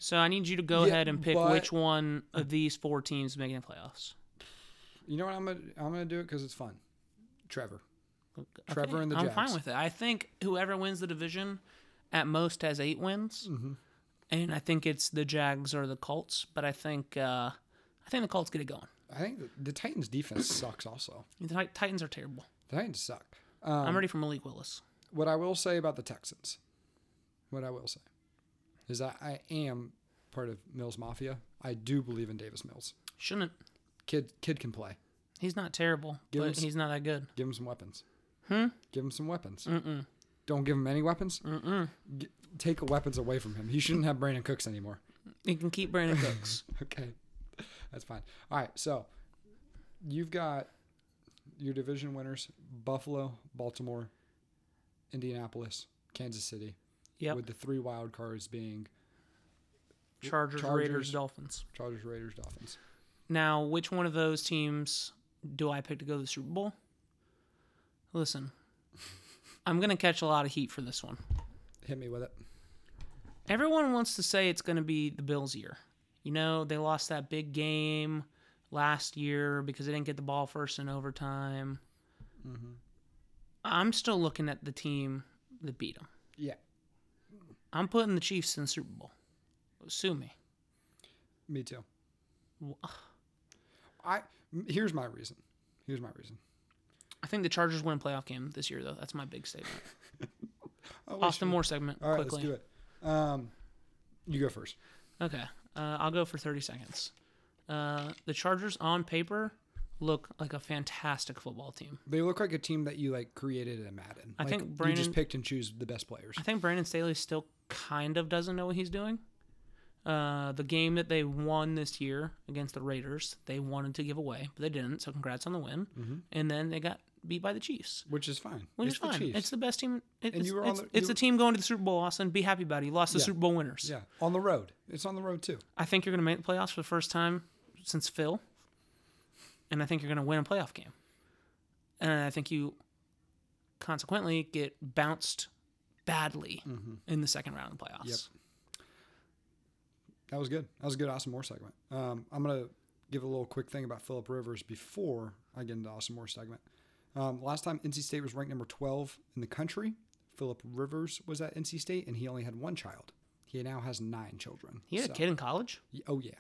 Speaker 1: So I need you to go
Speaker 2: Yeah,
Speaker 1: ahead and pick
Speaker 2: but-
Speaker 1: which one of these four teams is making the playoffs.
Speaker 2: You know what? I'm gonna I'm gonna do it because it's fun. Trevor.
Speaker 1: Okay,
Speaker 2: Trevor and the
Speaker 1: I'm
Speaker 2: Jags.
Speaker 1: fine with it. I think whoever wins the division at most has eight wins.
Speaker 2: Mm-hmm.
Speaker 1: And I think it's the Jags or the Colts, but I think uh, I think the Colts get it going.
Speaker 2: I think the, the
Speaker 1: <coughs>
Speaker 2: Titans defense sucks. Also,
Speaker 1: The Ti- Titans are terrible.
Speaker 2: the Titans suck. Um,
Speaker 1: I'm ready for Malik Willis.
Speaker 2: what I will say about the Texans, what I will say, is that I am part of Mills Mafia. I do believe in Davis Mills.
Speaker 1: Shouldn't
Speaker 2: Kid kid can play.
Speaker 1: he's not terrible,
Speaker 2: Give him
Speaker 1: but
Speaker 2: s-
Speaker 1: he's not that good.
Speaker 2: Give him some weapons.
Speaker 1: Hmm?
Speaker 2: Give him some weapons. Mm-mm. Don't give him any weapons.
Speaker 1: Mm-mm.
Speaker 2: G- take weapons away from him. He shouldn't have Brandon Cooks anymore.
Speaker 1: He can keep Brandon
Speaker 2: <coughs>
Speaker 1: Cooks.
Speaker 2: <laughs> Okay, that's fine. All right, so you've got your division winners: Buffalo, Baltimore, Indianapolis, Kansas City.
Speaker 1: Yep.
Speaker 2: With the three wild cards being
Speaker 1: Chargers,
Speaker 2: Chargers.
Speaker 1: Raiders, Dolphins.
Speaker 2: Chargers, Raiders, Dolphins.
Speaker 1: Now, which one of those teams do I pick to go to the Super Bowl? Listen, I'm going to catch a lot of heat for this one.
Speaker 2: Hit me with it.
Speaker 1: Everyone wants to say it's going to be the Bills' year. You know, they lost that big game last year because they didn't get the ball first in overtime. I'm still looking at the team that beat them.
Speaker 2: Yeah,
Speaker 1: I'm putting the Chiefs in the Super Bowl. Sue me.
Speaker 2: me too.
Speaker 1: Wh-
Speaker 2: I m- here's my reason. Here's my reason.
Speaker 1: I think the Chargers win a playoff game this year, though. That's my big statement.
Speaker 2: Oh, we
Speaker 1: Austin
Speaker 2: should-
Speaker 1: Moore segment,
Speaker 2: All right,
Speaker 1: quickly.
Speaker 2: let's do it. Um, you go first.
Speaker 1: Okay, uh, I'll go for 30 seconds. Uh, the Chargers on paper look like a fantastic football team.
Speaker 2: They look like a team that you like created in Madden.
Speaker 1: I
Speaker 2: Like,
Speaker 1: think
Speaker 2: you just
Speaker 1: Brandon-
Speaker 2: picked and choose the best players.
Speaker 1: I think Brandon Staley still kind of doesn't know what he's doing. Uh, the game that they won this year against the Raiders, they wanted to give away, but they didn't. So congrats on the win. And then they got beat by the Chiefs,
Speaker 2: Which is fine.
Speaker 1: which
Speaker 2: Mm-hmm. it's
Speaker 1: is fine.
Speaker 2: The Chiefs.
Speaker 1: It's the best team. It, it's
Speaker 2: you were on
Speaker 1: it's,
Speaker 2: the-
Speaker 1: it's
Speaker 2: you-
Speaker 1: a team going to the Super Bowl, Austin. Be happy about it. You lost the
Speaker 2: Yeah.
Speaker 1: Super Bowl winners.
Speaker 2: yeah, on the road. It's on the road too.
Speaker 1: I think you're going to make the playoffs for the first time since Phil, and I think you're going to win a playoff game. And I think you, consequently, get bounced badly
Speaker 2: Mm-hmm.
Speaker 1: in the second round of the playoffs.
Speaker 2: That was good. That was a good Austin Moore segment. Um, I'm gonna give a little quick thing about Philip Rivers before I get into Austin Moore segment. Um, last time NC State was ranked number 12 in the country. Philip Rivers was at NC State, and he only had one child. He now has nine children.
Speaker 1: He had
Speaker 2: So-
Speaker 1: a kid in college.
Speaker 2: Oh yeah.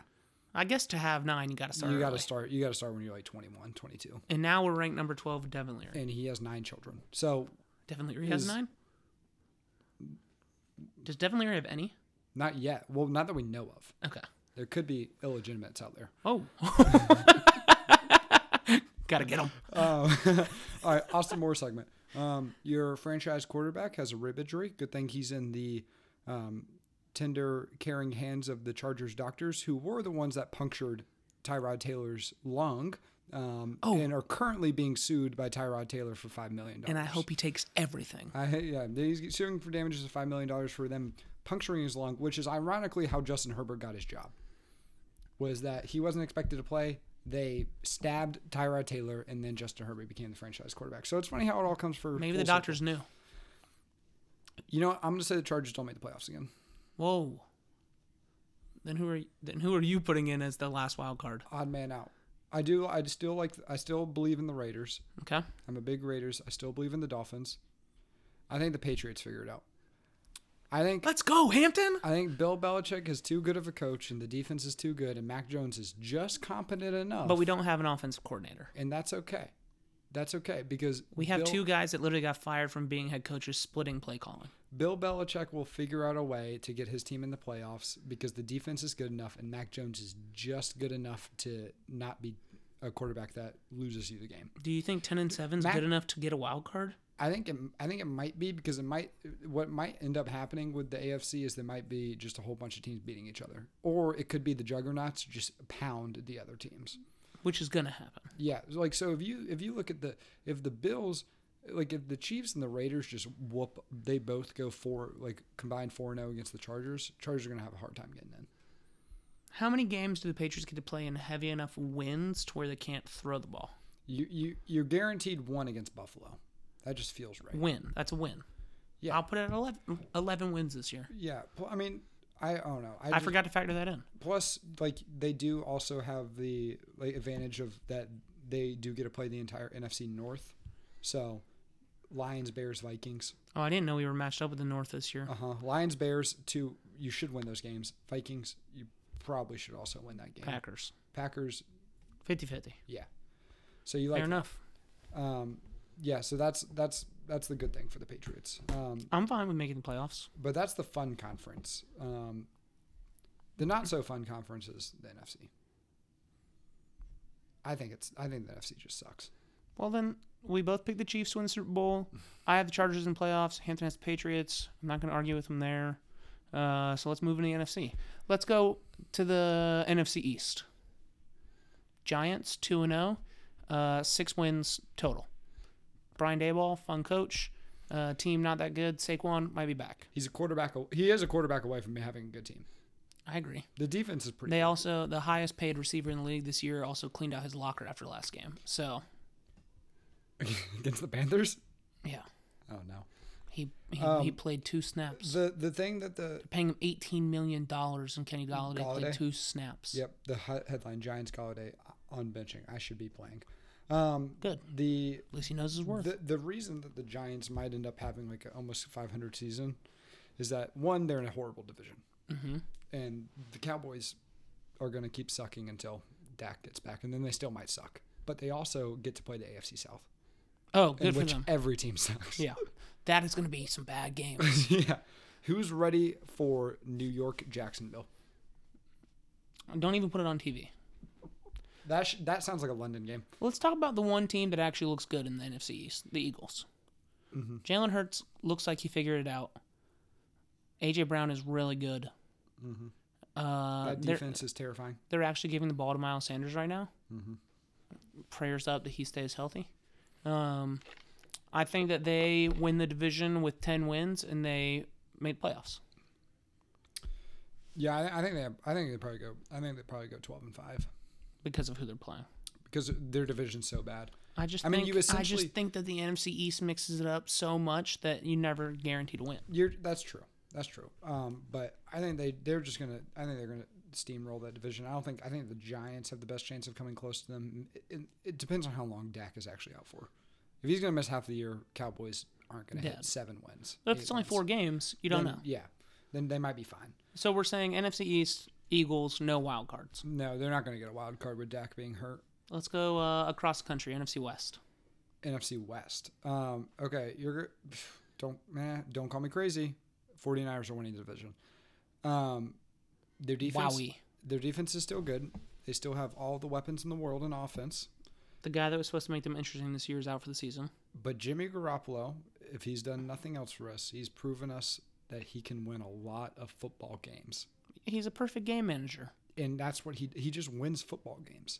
Speaker 1: I guess to have nine, you got to start.
Speaker 2: You got to
Speaker 1: early.
Speaker 2: start. You got to start when you're like 21, 22,
Speaker 1: And now we're ranked number twelve. with Devin Leary.
Speaker 2: and he has nine children. So
Speaker 1: Devin Leary has
Speaker 2: Is-
Speaker 1: nine. Does Devin Leary have any?
Speaker 2: not yet. Well, not that we know of.
Speaker 1: Okay.
Speaker 2: <laughs> There could be illegitimates out there.
Speaker 1: Oh. Gotta get him.
Speaker 2: Um, <laughs> all right, Austin Moore segment. Um, your franchise quarterback has a rib injury. Good thing he's in the um, tender, caring hands of the Chargers doctors, who were the ones that punctured Tyrod Taylor's lung, um,
Speaker 1: Oh.
Speaker 2: and are currently being sued by Tyrod Taylor for five million dollars.
Speaker 1: And I hope he takes everything.
Speaker 2: I yeah, he's suing for damages of five million dollars for them puncturing his lung, which is ironically how Justin Herbert got his job. Was that he wasn't expected to play? They stabbed Tyrod Taylor, and then Justin Herbert became the franchise quarterback. So it's funny how it all comes for
Speaker 1: Maybe the
Speaker 2: full circle.
Speaker 1: doctors knew.
Speaker 2: You know, what? I'm gonna say the Chargers don't make the playoffs again.
Speaker 1: Whoa. Then who are then who are you putting in as the last wild card?
Speaker 2: Odd man out. I do. I still like. I still believe in the Raiders.
Speaker 1: Okay.
Speaker 2: I'm a big Raiders. I still believe in the Dolphins. I think the Patriots figure it out. I think
Speaker 1: Let's go, Hampton.
Speaker 2: I think Bill Belichick is too good of a coach, and the defense is too good, and Mac Jones is just competent enough.
Speaker 1: But we don't have an offensive coordinator.
Speaker 2: and that's okay. That's okay because
Speaker 1: We have
Speaker 2: Bill,
Speaker 1: two guys that literally got fired from being head coaches splitting play calling.
Speaker 2: Bill Belichick will figure out a way to get his team in the playoffs because the defense is good enough, and Mac Jones is just good enough to not be a quarterback that loses you the game.
Speaker 1: Do you think ten and seven's
Speaker 2: Mac-
Speaker 1: good enough to get a wild card?
Speaker 2: I think it, I think it might be because it might what might end up happening with the AFC is there might be just a whole bunch of teams beating each other, or it could be the juggernauts just pound the other teams.
Speaker 1: Which is gonna happen.
Speaker 2: Yeah, like so if you if you look at the if the Bills like if the Chiefs and the Raiders just whoop they both go four like combined four and zero against the Chargers, Chargers are gonna have a hard time getting in.
Speaker 1: How many games do the Patriots get to play in heavy enough wins to where they can't throw the ball?
Speaker 2: You you you're guaranteed one against Buffalo. That just feels right.
Speaker 1: Win. That's a win.
Speaker 2: Yeah.
Speaker 1: I'll put it at 11, 11 wins this year.
Speaker 2: Yeah, pl- I mean I don't know.
Speaker 1: I
Speaker 2: just-
Speaker 1: forgot to factor that in.
Speaker 2: Plus, like they do also have the like advantage of that they do get to play the entire NFC North. So, Lions, Bears, Vikings.
Speaker 1: Oh, I didn't know we were matched up with the North this year.
Speaker 2: Uh huh. Lions, Bears, two. You should win those games. Vikings, you probably should also win that game.
Speaker 1: Packers.
Speaker 2: Packers,
Speaker 1: 50 50.
Speaker 2: yeah. So you
Speaker 1: Fair
Speaker 2: like,
Speaker 1: enough.
Speaker 2: um, yeah. So that's that's that's the good thing for the Patriots. Um,
Speaker 1: I'm fine with making the playoffs.
Speaker 2: but that's the fun conference. Um, the not so fun conference is the NFC. I think it's. I think the NFC just sucks.
Speaker 1: Well, then we both picked the Chiefs to win the Super <laughs> Bowl. I have the Chargers in playoffs. Hampton has the Patriots. I'm not going to argue with him there. Uh, so let's move into the NFC. Let's go to the NFC East. Giants two and zero, uh, six wins total. Brian Dayball, fun coach. Uh, team not that good. Saquon might be back.
Speaker 2: He's a quarterback. aw- He is a quarterback away from having a good team.
Speaker 1: I agree.
Speaker 2: The defense is pretty.
Speaker 1: They also the highest paid receiver in the league this year also cleaned out his locker after last game. So
Speaker 2: <laughs> against the Panthers.
Speaker 1: yeah,
Speaker 2: Oh no.
Speaker 1: he he, he
Speaker 2: Um,
Speaker 1: played two snaps.
Speaker 2: The the thing that the
Speaker 1: paying him eighteen million dollars, and Kenny Galladay, played
Speaker 2: Galladay?
Speaker 1: two snaps.
Speaker 2: Yep, the he- headline Giants Galladay on benching. I should be playing. Um,
Speaker 1: Good.
Speaker 2: The
Speaker 1: At least he knows his worth.
Speaker 2: the the reason that the Giants might end up having like a almost 500 season is that one they're in a horrible division, mm-hmm. and the Cowboys are going to keep sucking until Dak gets back, and then they still might suck. But they also get to play the AFC South,
Speaker 1: oh,
Speaker 2: in
Speaker 1: good for
Speaker 2: which
Speaker 1: them.
Speaker 2: every team <laughs> sucks.
Speaker 1: Yeah, that is going to be some bad
Speaker 2: <laughs>
Speaker 1: games.
Speaker 2: yeah. Who's ready for New York Jacksonville?
Speaker 1: Don't even put it on TV.
Speaker 2: That sh- that sounds like a London game.
Speaker 1: Let's talk about the one team that actually looks good in the NFC East: the Eagles.
Speaker 2: Mm-hmm.
Speaker 1: Jalen Hurts looks like he figured it out. AJ Brown is really good. Uh,
Speaker 2: Mm-hmm. That
Speaker 1: they're-
Speaker 2: defense is terrifying.
Speaker 1: they're actually giving the ball to Miles Sanders right now.
Speaker 2: Mm-hmm.
Speaker 1: Prayers up that he stays healthy. Um, I think that they win the division with ten wins and they made playoffs.
Speaker 2: Yeah, I, I think they. Have, I think they probably go. I think they probably go twelve and five
Speaker 1: because of who they're playing.
Speaker 2: because their division's so bad.
Speaker 1: I just
Speaker 2: I mean,
Speaker 1: think,
Speaker 2: you
Speaker 1: I
Speaker 2: essentially-
Speaker 1: just think that the NFC East mixes it up so much that you never guarantee to win.
Speaker 2: You're that's true. That's true. Um, but I think they they're just gonna. I think they're gonna steamroll that division. I don't think. I think the Giants have the best chance of coming close to them. It, it, it depends on how long Dak is actually out for. If he's gonna miss half the year, Cowboys aren't gonna
Speaker 1: Dead.
Speaker 2: hit seven wins.
Speaker 1: But if
Speaker 2: eight
Speaker 1: it's only
Speaker 2: wins.
Speaker 1: four games, you don't
Speaker 2: Then-
Speaker 1: know.
Speaker 2: Yeah, then they might be fine.
Speaker 1: So we're saying NFC East, Eagles, no wild cards.
Speaker 2: No, they're not gonna get a wild card with Dak being hurt.
Speaker 1: Let's go uh, across the country, NFC West.
Speaker 2: NFC West. Um, okay, you're don't man, don't call me crazy. 49ers are winning the division. Um, their defense
Speaker 1: Wowie.
Speaker 2: their defense is still good. They still have all the weapons in the world in offense.
Speaker 1: The guy that was supposed to make them interesting this year is out for the season.
Speaker 2: But Jimmy Garoppolo, if he's done nothing else for us, he's proven us that he can win a lot of football games.
Speaker 1: He's a perfect game manager.
Speaker 2: And that's what he he just wins football games.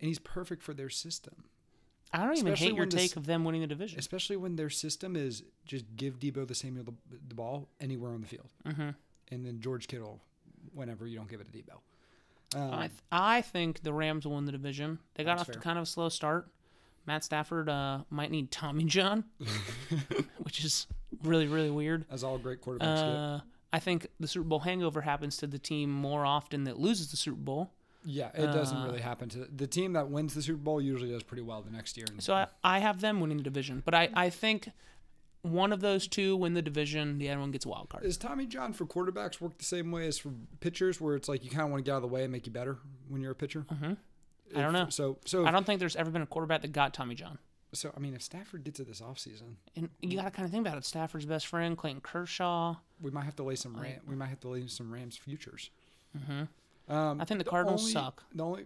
Speaker 2: And he's perfect for their system.
Speaker 1: I don't even
Speaker 2: Especially
Speaker 1: hate your
Speaker 2: when this-
Speaker 1: take of them winning the division.
Speaker 2: Especially when their system is just give Debo the same the, the ball anywhere on the field.
Speaker 1: hmm
Speaker 2: And then George Kittle whenever you don't give it to Debo. Um,
Speaker 1: I, th- I think the Rams will win the division. They got
Speaker 2: That's
Speaker 1: off to
Speaker 2: fair.
Speaker 1: kind of a slow start. Matt Stafford uh, might need Tommy
Speaker 2: <laughs>
Speaker 1: John, <laughs> which is really, really weird.
Speaker 2: as all great quarterbacks do.
Speaker 1: Uh, I think the Super Bowl hangover happens to the team more often that loses the Super Bowl.
Speaker 2: Yeah, it
Speaker 1: uh,
Speaker 2: doesn't really happen to the team that wins the Super Bowl usually does pretty well the next year. And
Speaker 1: So I, I have them winning the division. But I, I think one of those two win the division, the other one gets a wild card.
Speaker 2: Is Tommy John for quarterbacks work the same way as for pitchers, where it's like you kind of want to get out of the way and make you better when you're a pitcher?
Speaker 1: Mm-hmm. I don't
Speaker 2: If-
Speaker 1: know.
Speaker 2: So, so,
Speaker 1: I don't think there's ever been a quarterback that got Tommy John.
Speaker 2: so I mean, if Stafford gets it this offseason,
Speaker 1: And you got to kind of think about it. Stafford's best friend, Clayton Kershaw.
Speaker 2: we might have to lay some Ram, we might have to lay some Rams futures. Um,
Speaker 1: I think the Cardinals
Speaker 2: only-
Speaker 1: suck.
Speaker 2: The only,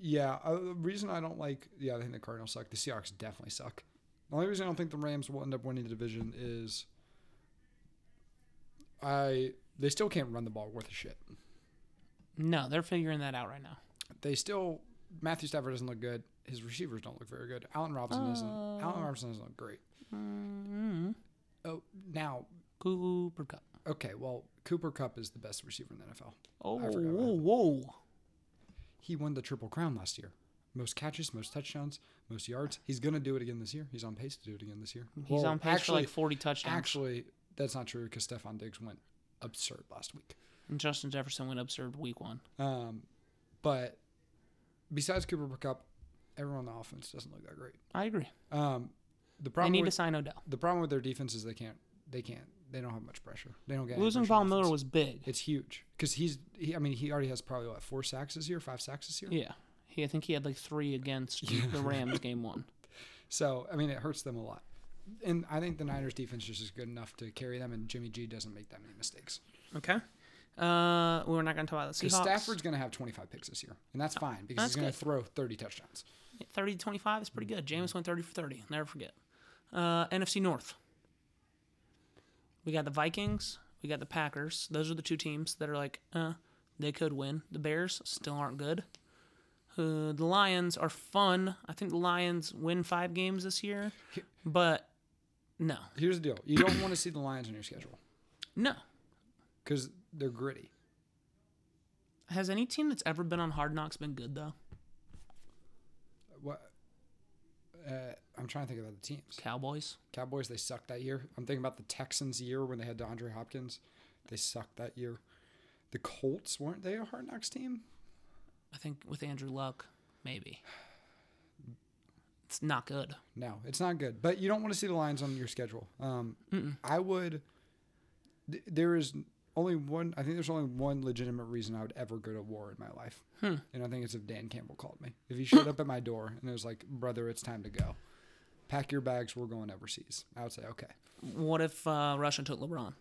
Speaker 2: yeah, uh, the reason I don't like, yeah, I think the Cardinals suck. The Seahawks definitely suck. The only reason I don't think the Rams will end up winning the division is, I they still can't run the ball worth a shit.
Speaker 1: No, they're figuring that out right now.
Speaker 2: they still Matthew Stafford doesn't look good. His receivers don't look very good. Allen Robinson doesn't.
Speaker 1: Oh.
Speaker 2: Allen Robinson doesn't look great.
Speaker 1: Mm-hmm.
Speaker 2: Oh, now
Speaker 1: Cooper Cup.
Speaker 2: okay. Well, Cooper Cup is the best receiver in the NFL.
Speaker 1: Oh,
Speaker 2: forgot about
Speaker 1: whoa, whoa.
Speaker 2: He won the triple crown last year. Most catches, most touchdowns, most yards. He's gonna do it again this year. He's on pace to do it again this year.
Speaker 1: He's
Speaker 2: Well,
Speaker 1: on pace for
Speaker 2: actually,
Speaker 1: like 40 touchdowns.
Speaker 2: Actually, that's not true because Stephon Diggs went absurd last week.
Speaker 1: and Justin Jefferson went absurd week one.
Speaker 2: Um, but besides Cooper Cup, everyone on the offense doesn't look that great.
Speaker 1: I agree.
Speaker 2: Um, the
Speaker 1: They
Speaker 2: problem
Speaker 1: need
Speaker 2: with-
Speaker 1: to sign Odell.
Speaker 2: The problem with their defense is they can't. They can't. They don't have much pressure. They don't get any
Speaker 1: Losing
Speaker 2: pressure on
Speaker 1: Von Miller
Speaker 2: offense.
Speaker 1: was big.
Speaker 2: It's huge because he's. He, I mean, he already has probably what four sacks this year, five sacks this year.
Speaker 1: Yeah. He, I think he had like three <laughs> against the Rams game one.
Speaker 2: So I mean, it hurts them a lot. And I think the Niners defense just is good enough to carry them, and Jimmy G doesn't make that many mistakes.
Speaker 1: Okay. Uh, we were not going to talk about the Seahawks.
Speaker 2: Because Stafford's going to have 25 picks this year, and that's fine because
Speaker 1: that's
Speaker 2: he's going
Speaker 1: good.
Speaker 2: to throw 30 touchdowns.
Speaker 1: 30 to 25 is pretty good. James went 30 for 30. Never forget. Uh, NFC North. We got the Vikings. We got the Packers. Those are the two teams that are like, uh, they could win. The Bears still aren't good. Uh, the Lions are fun. I think the Lions win five games this year, but no,
Speaker 2: Here's the deal: you don't want to see the Lions on your schedule
Speaker 1: no.
Speaker 2: because they're gritty.
Speaker 1: Has any team that's ever been on Hard Knocks been good though?
Speaker 2: What? Uh, I'm trying to think about the teams.
Speaker 1: Cowboys.
Speaker 2: Cowboys, they sucked that year. I'm thinking about the Texans year when they had DeAndre Hopkins. They sucked that year. The Colts, weren't they a hard knocks team?
Speaker 1: I think with Andrew Luck, maybe. It's not good.
Speaker 2: No, it's not good. But you don't want to see the Lions on your schedule. Um, I would. Th- there is only one. I think there's only one legitimate reason I would ever go to war in my life, and I think it's if Dan Campbell called me. If he showed up at my door and it was like, "Brother, it's time to go. Pack your bags. We're going overseas." I would say, "Okay."
Speaker 1: What if uh, Russia took LeBron?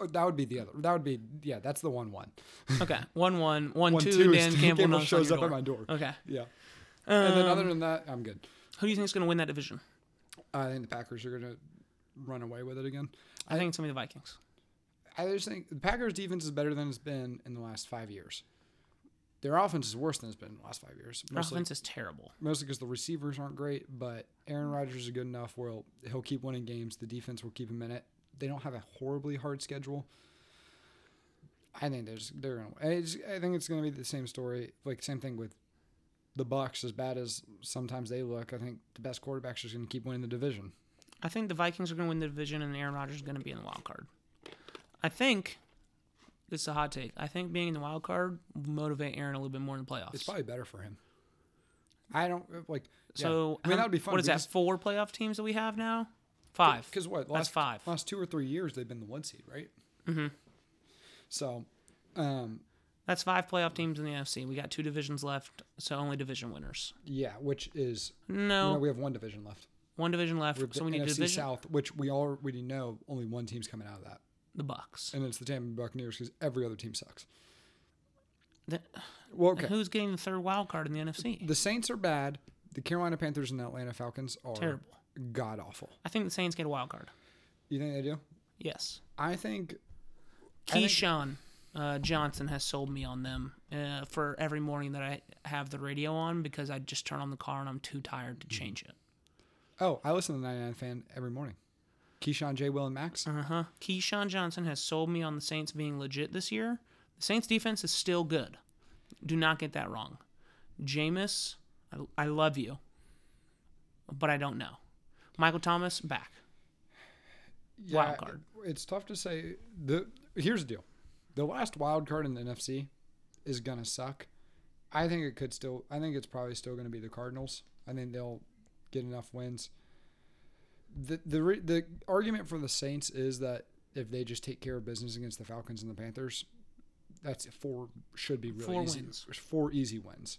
Speaker 2: Oh, That would be the other. That would be yeah. That's the one. One.
Speaker 1: Okay, <laughs> one one one
Speaker 2: One,
Speaker 1: two. Dan
Speaker 2: two is <laughs> Dan
Speaker 1: Campbell,
Speaker 2: Campbell
Speaker 1: knocks on
Speaker 2: shows
Speaker 1: your
Speaker 2: up at my door.
Speaker 1: Okay, uh,
Speaker 2: Yeah. and then other than that, I'm good.
Speaker 1: who do you think is going to win that division?
Speaker 2: I think the Packers are going to run away with it again.
Speaker 1: I, think it's going to be the Vikings.
Speaker 2: I just think the Packers' defense is better than it's been in the last five years. Their offense is worse than it's been in the last five years,
Speaker 1: Their
Speaker 2: mostly
Speaker 1: offense is terrible.
Speaker 2: mostly because the receivers aren't great. But Aaron Rodgers is good enough. Where he'll, he'll keep winning games. The defense will keep him in it. They don't have a horribly hard schedule. I think there's they're gonna. I, just, I think it's gonna be the same story. Like same thing with the Bucks. As bad as sometimes they look, I think the best quarterbacks are just gonna keep winning the division.
Speaker 1: I think the Vikings are going to win the division, and Aaron Rodgers is going to be in the wild card. I think this is a hot take. I think being in the wild card will motivate Aaron a little bit more in the playoffs.
Speaker 2: It's probably better for him. I don't like.
Speaker 1: so
Speaker 2: yeah. I mean
Speaker 1: how-
Speaker 2: that would be fun.
Speaker 1: What is that? Four playoff teams that we have now? Five.
Speaker 2: Because what? Last,
Speaker 1: That's five.
Speaker 2: Last two or three years, they've been the one seed, right? Mm-hmm. So, um,
Speaker 1: That's five playoff teams in the NFC. We got two divisions left, so only division winners.
Speaker 2: yeah, which is
Speaker 1: No,
Speaker 2: no, we have one division left.
Speaker 1: one division left,
Speaker 2: The
Speaker 1: so we need a
Speaker 2: NFC
Speaker 1: division.
Speaker 2: South, which we already know only one team's coming out of that,
Speaker 1: The Bucks.
Speaker 2: and it's the Tampa Bay Buccaneers because every other team sucks.
Speaker 1: The-
Speaker 2: Well, okay.
Speaker 1: Uh-huh. Who's getting the third wild card in the NFC?
Speaker 2: The Saints are bad. the Carolina Panthers and Atlanta Falcons are
Speaker 1: Terrible.
Speaker 2: god awful.
Speaker 1: I think the Saints get a wild card.
Speaker 2: You think they do?
Speaker 1: Yes.
Speaker 2: I think think-
Speaker 1: Keyshawn uh, Johnson has sold me on them uh, for every morning that I have the radio on because I just turn on the car and I'm too tired to change it.
Speaker 2: Oh, I listen to the 99 fan every morning. Keyshawn, J. Will, and Max.
Speaker 1: Uh huh. Keyshawn Johnson has sold me on the Saints being legit this year. The Saints defense is still good. Do not get that wrong. Jameis, I, I love you, but I don't know. Michael Thomas back. wild card.
Speaker 2: It's tough to say. The here's the deal: the last wild card in the NFC is gonna suck. I think it could still. I think it's probably still gonna be the Cardinals. I think they'll get enough wins. the the re- The argument for the Saints is that if they just take care of business against the Falcons and the Panthers, that's four should be really
Speaker 1: Four
Speaker 2: easy.
Speaker 1: wins.
Speaker 2: Four easy wins.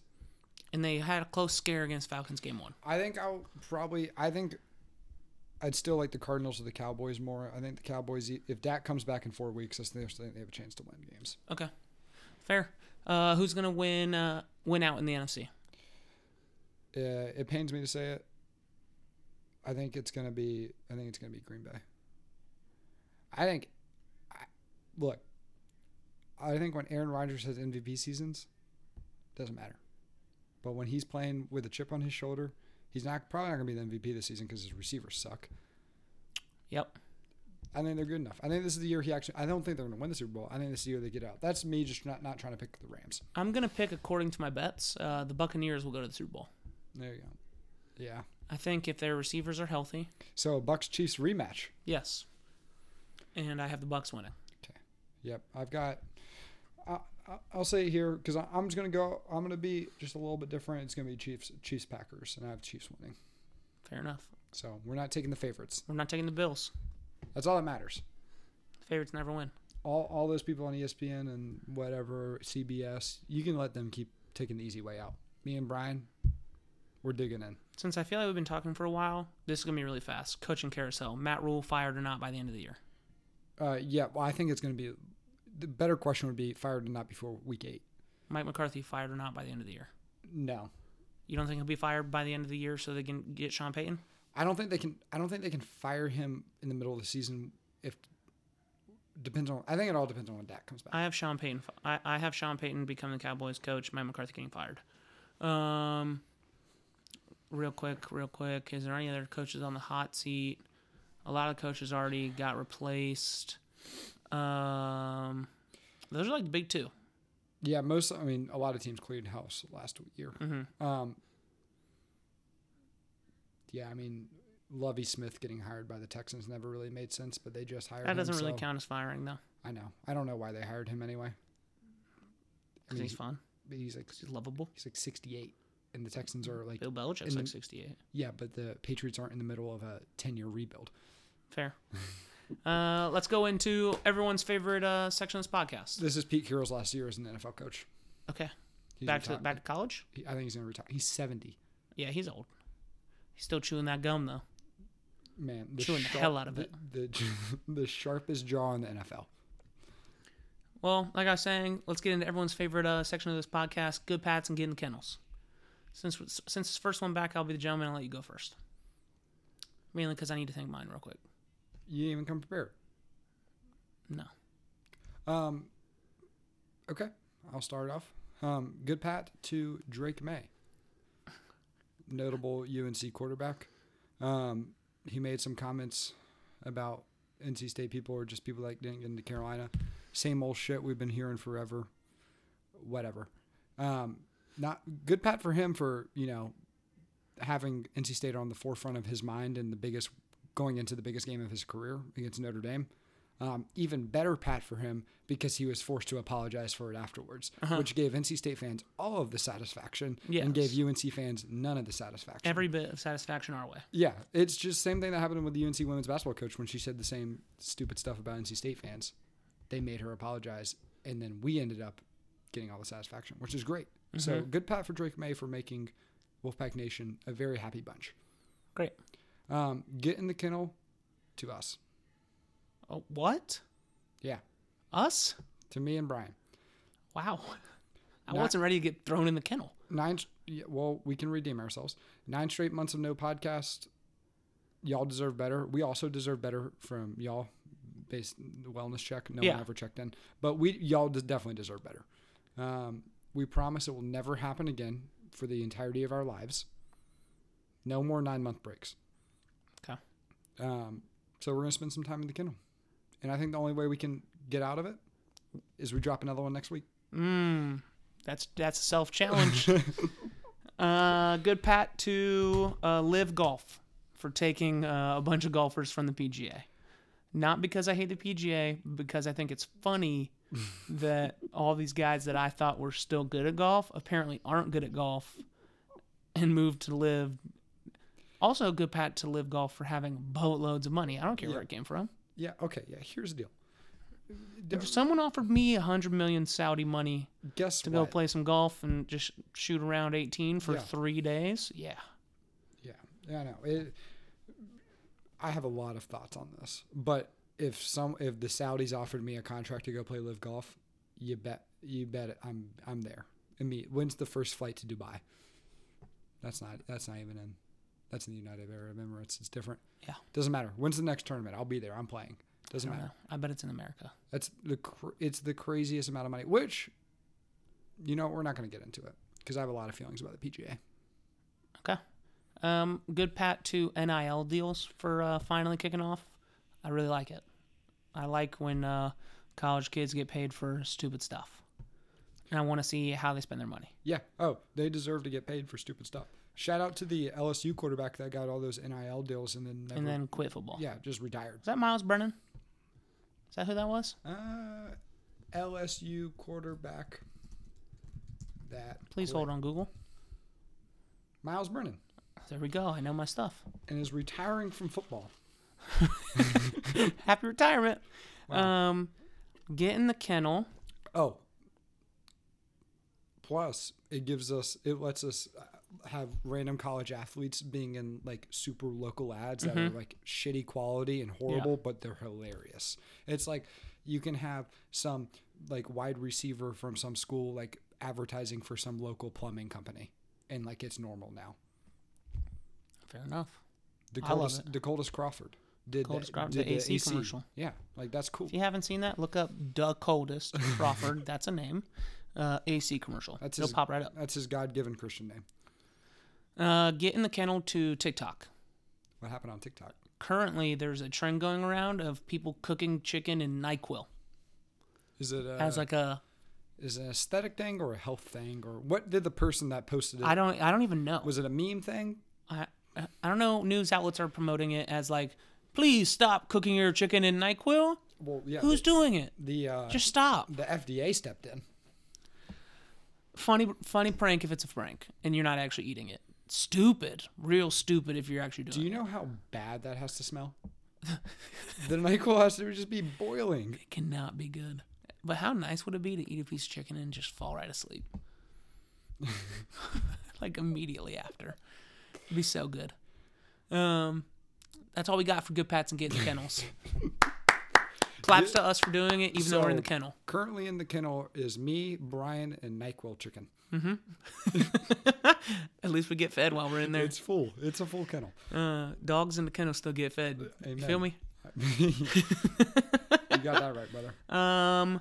Speaker 1: And they had a close scare against Falcons game one.
Speaker 2: I think I'll probably. I think I'd still like the Cardinals or the Cowboys more. I think the Cowboys, if Dak comes back in four weeks, I still think they have a chance to win games.
Speaker 1: Okay, fair. Uh, who's gonna win? Uh, win out in the NFC?
Speaker 2: Uh, it pains me to say it. I think it's gonna be. I think it's gonna be Green Bay. I think. I, look, I think when Aaron Rodgers has MVP seasons, doesn't matter. But when he's playing with a chip on his shoulder, he's not probably not gonna be the MVP this season because his receivers suck.
Speaker 1: Yep.
Speaker 2: I think they're good enough. I think this is the year he actually. I don't think they're going to win the Super Bowl. I think this is the year they get out. That's me just not not trying to pick the Rams.
Speaker 1: I'm gonna pick according to my bets. Uh, the Buccaneers will go to the Super Bowl.
Speaker 2: There you go. Yeah.
Speaker 1: I think if their receivers are healthy,
Speaker 2: So Bucks Chiefs rematch.
Speaker 1: yes. And I have the Bucks winning.
Speaker 2: Yep. I've got. I, I- I'll say here because I'm just going to go. I'm going to be just a little bit different. It's going to be Chiefs Chiefs Packers, and I have Chiefs winning.
Speaker 1: Fair enough.
Speaker 2: So we're not taking the favorites.
Speaker 1: We're not taking the Bills.
Speaker 2: That's all that matters.
Speaker 1: Favorites never win.
Speaker 2: All all those people on E ESPN and whatever CBS, you can let them keep taking the easy way out. Me and Brian, we're digging in.
Speaker 1: Since I feel like we've been talking for a while, this is gonna be really fast. Coaching carousel. Matt Rule fired or not by the end of the year.
Speaker 2: Uh, yeah, well, I think it's going to be the better question would be fired or not before week eight.
Speaker 1: Mike McCarthy fired or not by the end of the year.
Speaker 2: No,
Speaker 1: You don't think he'll be fired by the end of the year so they can get Sean Payton?
Speaker 2: I don't think they can. I don't think they can fire him in the middle of the season. If depends on, I think it all depends on when Dak comes back.
Speaker 1: I have Sean Payton. fi- I, I have Sean Payton becoming the Cowboys coach. Mike McCarthy getting fired. Um, real quick, real quick. Is there any other coaches on the hot seat? A lot of coaches already got replaced. Um, those are like the big two.
Speaker 2: yeah, most. I mean, a lot of teams cleared house last year.
Speaker 1: Mm-hmm.
Speaker 2: Um, yeah, I mean, Lovey Smith getting hired by the Texans never really made sense, but they just hired.
Speaker 1: That
Speaker 2: him,
Speaker 1: doesn't really
Speaker 2: so-
Speaker 1: count as firing though,
Speaker 2: I know. I don't know why they hired him anyway. I
Speaker 1: because
Speaker 2: mean,
Speaker 1: he's fun.
Speaker 2: he- he's like
Speaker 1: 'Cause he's lovable.
Speaker 2: he's like sixty eight, and the Texans are like
Speaker 1: Bill Belichick's
Speaker 2: and-
Speaker 1: like 68.
Speaker 2: Yeah, but the Patriots aren't in the middle of a 10 year rebuild.
Speaker 1: Fair. uh, let's go into everyone's favorite uh, section of this podcast.
Speaker 2: This is Pete Carroll's last year as an NFL coach.
Speaker 1: Okay,
Speaker 2: He's
Speaker 1: back to
Speaker 2: retired.
Speaker 1: back to college.
Speaker 2: He- I think he's going to retire. He's 70.
Speaker 1: Yeah, he's old. He's still chewing that gum though.
Speaker 2: Man, the
Speaker 1: Chewing the
Speaker 2: sharp-
Speaker 1: hell out of
Speaker 2: the- <laughs> The, the sharpest jaw in the NFL.
Speaker 1: Well, like I was saying, let's get into everyone's favorite uh, section of this podcast: good pats and getting kennels. Since since it's first one back, I'll be the gentleman. I'll let you go first, mainly because I need to think mine real quick.
Speaker 2: You didn't even come prepared.
Speaker 1: No,
Speaker 2: Um, okay, I'll start off. Um, good pat to Drake May, notable UNC quarterback. Um, he made some comments about NC State people or just people that didn't get into Carolina. Same old shit we've been hearing forever. Whatever. Um, not good pat for him for you know having NC State on the forefront of his mind and the biggest going into the biggest game of his career against Notre Dame. Um, even better pat for him because he was forced to apologize for it afterwards, which gave NC State fans all of the satisfaction and
Speaker 1: Yes.
Speaker 2: gave UNC fans none of the satisfaction.
Speaker 1: every bit of satisfaction our way.
Speaker 2: yeah, it's just same thing that happened with the UNC women's basketball coach when she said the same stupid stuff about NC State fans. They made her apologize, and then we ended up getting all the satisfaction, which is great. So good pat for Drake May for making Wolfpack Nation a very happy bunch.
Speaker 1: Great.
Speaker 2: Um, get in the kennel to us.
Speaker 1: Oh, what?
Speaker 2: Yeah.
Speaker 1: Us?
Speaker 2: To me and Brian.
Speaker 1: Wow. <laughs> I
Speaker 2: Not-
Speaker 1: wasn't ready to get thrown in the kennel.
Speaker 2: Nine yeah, well, we can redeem ourselves. Nine straight months of no podcast. Y'all deserve better. We also deserve better from y'all based the wellness check. No
Speaker 1: Yeah.
Speaker 2: one ever checked in, but we y'all des- definitely deserve better. Um, we promise it will never happen again for the entirety of our lives. No more nine month breaks.
Speaker 1: Okay.
Speaker 2: Um, so we're gonna spend some time in the kennel, and I think the only way we can get out of it is we drop another one next week.
Speaker 1: Mm, that's that's a self challenge. uh, good pat to uh, Live Golf for taking uh, a bunch of golfers from the PGA. Not because I hate the PGA, because I think it's funny that all these guys that I thought were still good at golf apparently aren't good at golf and moved to Live. Also, good pat to Live Golf for having boatloads of money. I don't care where
Speaker 2: Yeah.
Speaker 1: it came from.
Speaker 2: Yeah. Okay. Yeah. Here's the deal. D-
Speaker 1: If someone offered me a hundred million Saudi money
Speaker 2: Guess
Speaker 1: to
Speaker 2: what?
Speaker 1: go play some golf and just shoot around 18 for
Speaker 2: Yeah.
Speaker 1: three days. Yeah.
Speaker 2: Yeah, yeah, I know. It, I have a lot of thoughts on this, but if some if the Saudis offered me a contract to go play live golf, you bet you bet it, I'm I'm there. I mean, when's the first flight to Dubai? That's not that's not even in that's in the United Arab Emirates. It's different.
Speaker 1: Yeah.
Speaker 2: doesn't matter. When's the next tournament? I'll be there. I'm playing. Doesn't
Speaker 1: I don't
Speaker 2: matter.
Speaker 1: know. I bet it's in America.
Speaker 2: That's the cr- it's the craziest amount of money. Which, you know, we're not going to get into it because I have a lot of feelings about the PGA.
Speaker 1: Okay. Um, good pat to NIL deals for uh, finally kicking off. I really like it. I like when uh, college kids get paid for stupid stuff. And I want to see how they spend their money.
Speaker 2: Yeah. Oh, they deserve to get paid for stupid stuff. Shout out to the LSU quarterback that got all those NIL deals and then never,
Speaker 1: And then quit football.
Speaker 2: yeah, just retired.
Speaker 1: Is that Miles Brennan? Is that who that was?
Speaker 2: Uh, LSU quarterback that
Speaker 1: Please hold on Google.
Speaker 2: Miles Brennan
Speaker 1: There we go. I know my stuff. <laughs>
Speaker 2: and is retiring from football.
Speaker 1: Happy retirement. Um, get in the kennel.
Speaker 2: Oh. Plus, it gives us it lets us uh, have random college athletes being in like super local ads that
Speaker 1: Mm-hmm.
Speaker 2: are like shitty quality and horrible, but they're hilarious. It's like you can have some like wide receiver from some school like advertising for some local plumbing company, and like it's normal now.
Speaker 1: Fair enough. I
Speaker 2: Dakota's,
Speaker 1: love
Speaker 2: Dakota's Crawford did
Speaker 1: Dakota's
Speaker 2: the,
Speaker 1: Crawford,
Speaker 2: did
Speaker 1: the AC commercial.
Speaker 2: Yeah, like that's cool.
Speaker 1: If you haven't seen that, look up the coldest
Speaker 2: <laughs>
Speaker 1: Crawford. that's a name. Uh, AC commercial.
Speaker 2: That's
Speaker 1: It'll
Speaker 2: his-
Speaker 1: pop right up.
Speaker 2: That's his God given Christian name.
Speaker 1: Uh, get in the kennel to TikTok.
Speaker 2: What happened on TikTok?
Speaker 1: Currently, there's a trend going around of people cooking chicken in Nyquil
Speaker 2: Is it uh,
Speaker 1: as like a
Speaker 2: is it an aesthetic thing or a health thing or what did the person that posted it
Speaker 1: I don't I don't even know.
Speaker 2: was it a meme thing
Speaker 1: I I don't know. News outlets are promoting it as like, please stop cooking your chicken in Nyquil.
Speaker 2: well yeah
Speaker 1: Who's
Speaker 2: the,
Speaker 1: doing it?
Speaker 2: the uh
Speaker 1: Just stop.
Speaker 2: the fda stepped in
Speaker 1: Funny funny prank if it's a prank and you're not actually eating it. Stupid, real stupid if you're actually doing.
Speaker 2: do you know how bad that has
Speaker 1: <laughs>
Speaker 2: to smell the nyquil has to just be boiling
Speaker 1: It cannot be good. But how nice would it be to eat a piece of chicken and just fall right
Speaker 2: <laughs>
Speaker 1: asleep? <laughs> like immediately after. It'd be so good. Um that's all we got for good pats and getting the
Speaker 2: <laughs>
Speaker 1: kennels. Claps to us for doing it, even though we're in the
Speaker 2: So-
Speaker 1: kennel.
Speaker 2: currently in the kennel is me brian and nyquil chicken
Speaker 1: At least we get fed while we're in there.
Speaker 2: it's full it's a full kennel
Speaker 1: Uh, dogs in the kennel still get fed. You
Speaker 2: Uh, amen.
Speaker 1: feel me?
Speaker 2: you got that right
Speaker 1: <laughs>
Speaker 2: brother
Speaker 1: Um,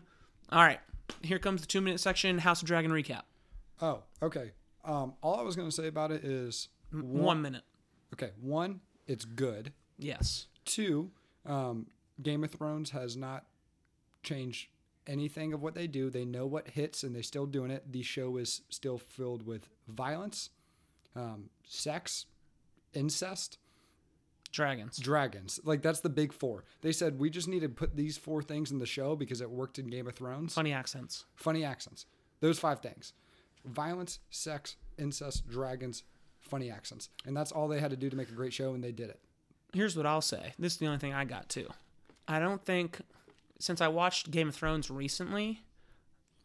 Speaker 1: all right. Here comes the two minute section House of Dragon recap.
Speaker 2: oh okay um all i was gonna say about it is
Speaker 1: One minute.
Speaker 2: okay one it's good
Speaker 1: Yes.
Speaker 2: Two, um, Game of Thrones has not changed anything of what they do. They know what hits, and they're still doing it. The show is still filled with violence, um, sex, incest,
Speaker 1: Dragons.
Speaker 2: dragons. Like that's the big four. They said we just need to put these four things in the show because it worked in Game of Thrones.
Speaker 1: Funny accents.
Speaker 2: Funny accents. Those five things: violence, sex, incest, dragons, funny accents, and that's all they had to do to make a great show, and they did it.
Speaker 1: here's what I'll say. This is the only thing I got too. I don't think since I watched Game of Thrones recently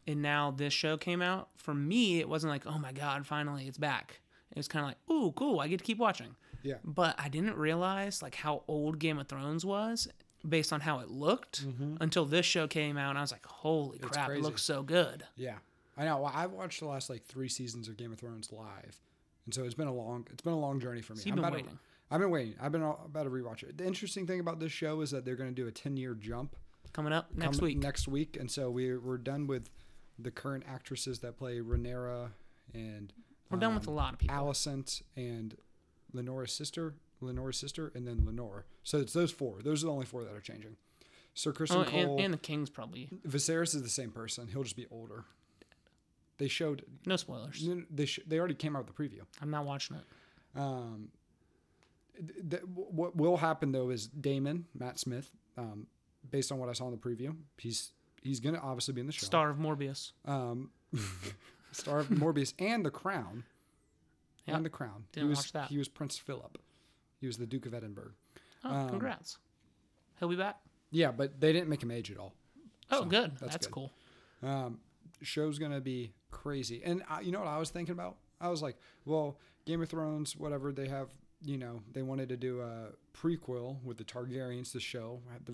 Speaker 1: and now this show came out, for me it wasn't like, "Oh my god, finally it's back." It was kind of like, "Ooh, cool, I get to keep watching."
Speaker 2: Yeah.
Speaker 1: But I didn't realize like how old Game of Thrones was based on how it looked until this show came out and I was like, "Holy crap,
Speaker 2: Mm-hmm. crazy.
Speaker 1: it looks so good."
Speaker 2: Yeah. I I know. Well, I've watched the last like three seasons of Game of Thrones live, and so it's been a long it's been a long journey for me.
Speaker 1: So you've
Speaker 2: I'm
Speaker 1: been
Speaker 2: about to-
Speaker 1: waiting.
Speaker 2: I've been waiting. I've been all, about to rewatch it. The interesting thing about this show is that they're going to do a ten year jump
Speaker 1: Coming up next
Speaker 2: come-
Speaker 1: week.
Speaker 2: Next week, and so we're we're done with the current actresses that play Renera and
Speaker 1: We're done with a
Speaker 2: um,
Speaker 1: lot of people.
Speaker 2: Alicent and Lenora's sister, Lenora's sister, and then Lenore. So it's those four. Those are the only four that are changing. Sir Kristen
Speaker 1: Oh,
Speaker 2: Cole,
Speaker 1: and, and the King's probably.
Speaker 2: Viserys is the same person. He'll just be older. They showed.
Speaker 1: No spoilers.
Speaker 2: They sh- they already came out with the preview.
Speaker 1: I'm not watching it.
Speaker 2: Um, th- th- what will happen though is Damon Matt Smith, um, based on what I saw in the preview, he's he's gonna obviously be in the show.
Speaker 1: Star of Morbius.
Speaker 2: um, <laughs> star of Morbius and the Crown,
Speaker 1: Yeah.
Speaker 2: and the Crown.
Speaker 1: Didn't
Speaker 2: he was,
Speaker 1: watch that.
Speaker 2: He was Prince Philip. He was the Duke of Edinburgh.
Speaker 1: Oh,
Speaker 2: Um,
Speaker 1: congrats. He'll be back.
Speaker 2: Yeah, but they didn't make him age at all.
Speaker 1: Oh,
Speaker 2: so
Speaker 1: good.
Speaker 2: that's
Speaker 1: That's,
Speaker 2: good.
Speaker 1: cool.
Speaker 2: Um, show's gonna be crazy. And I, you know what I was thinking about? I was like, well, Game of Thrones, whatever they have, you know, they wanted to do a prequel with the Targaryens to show right, the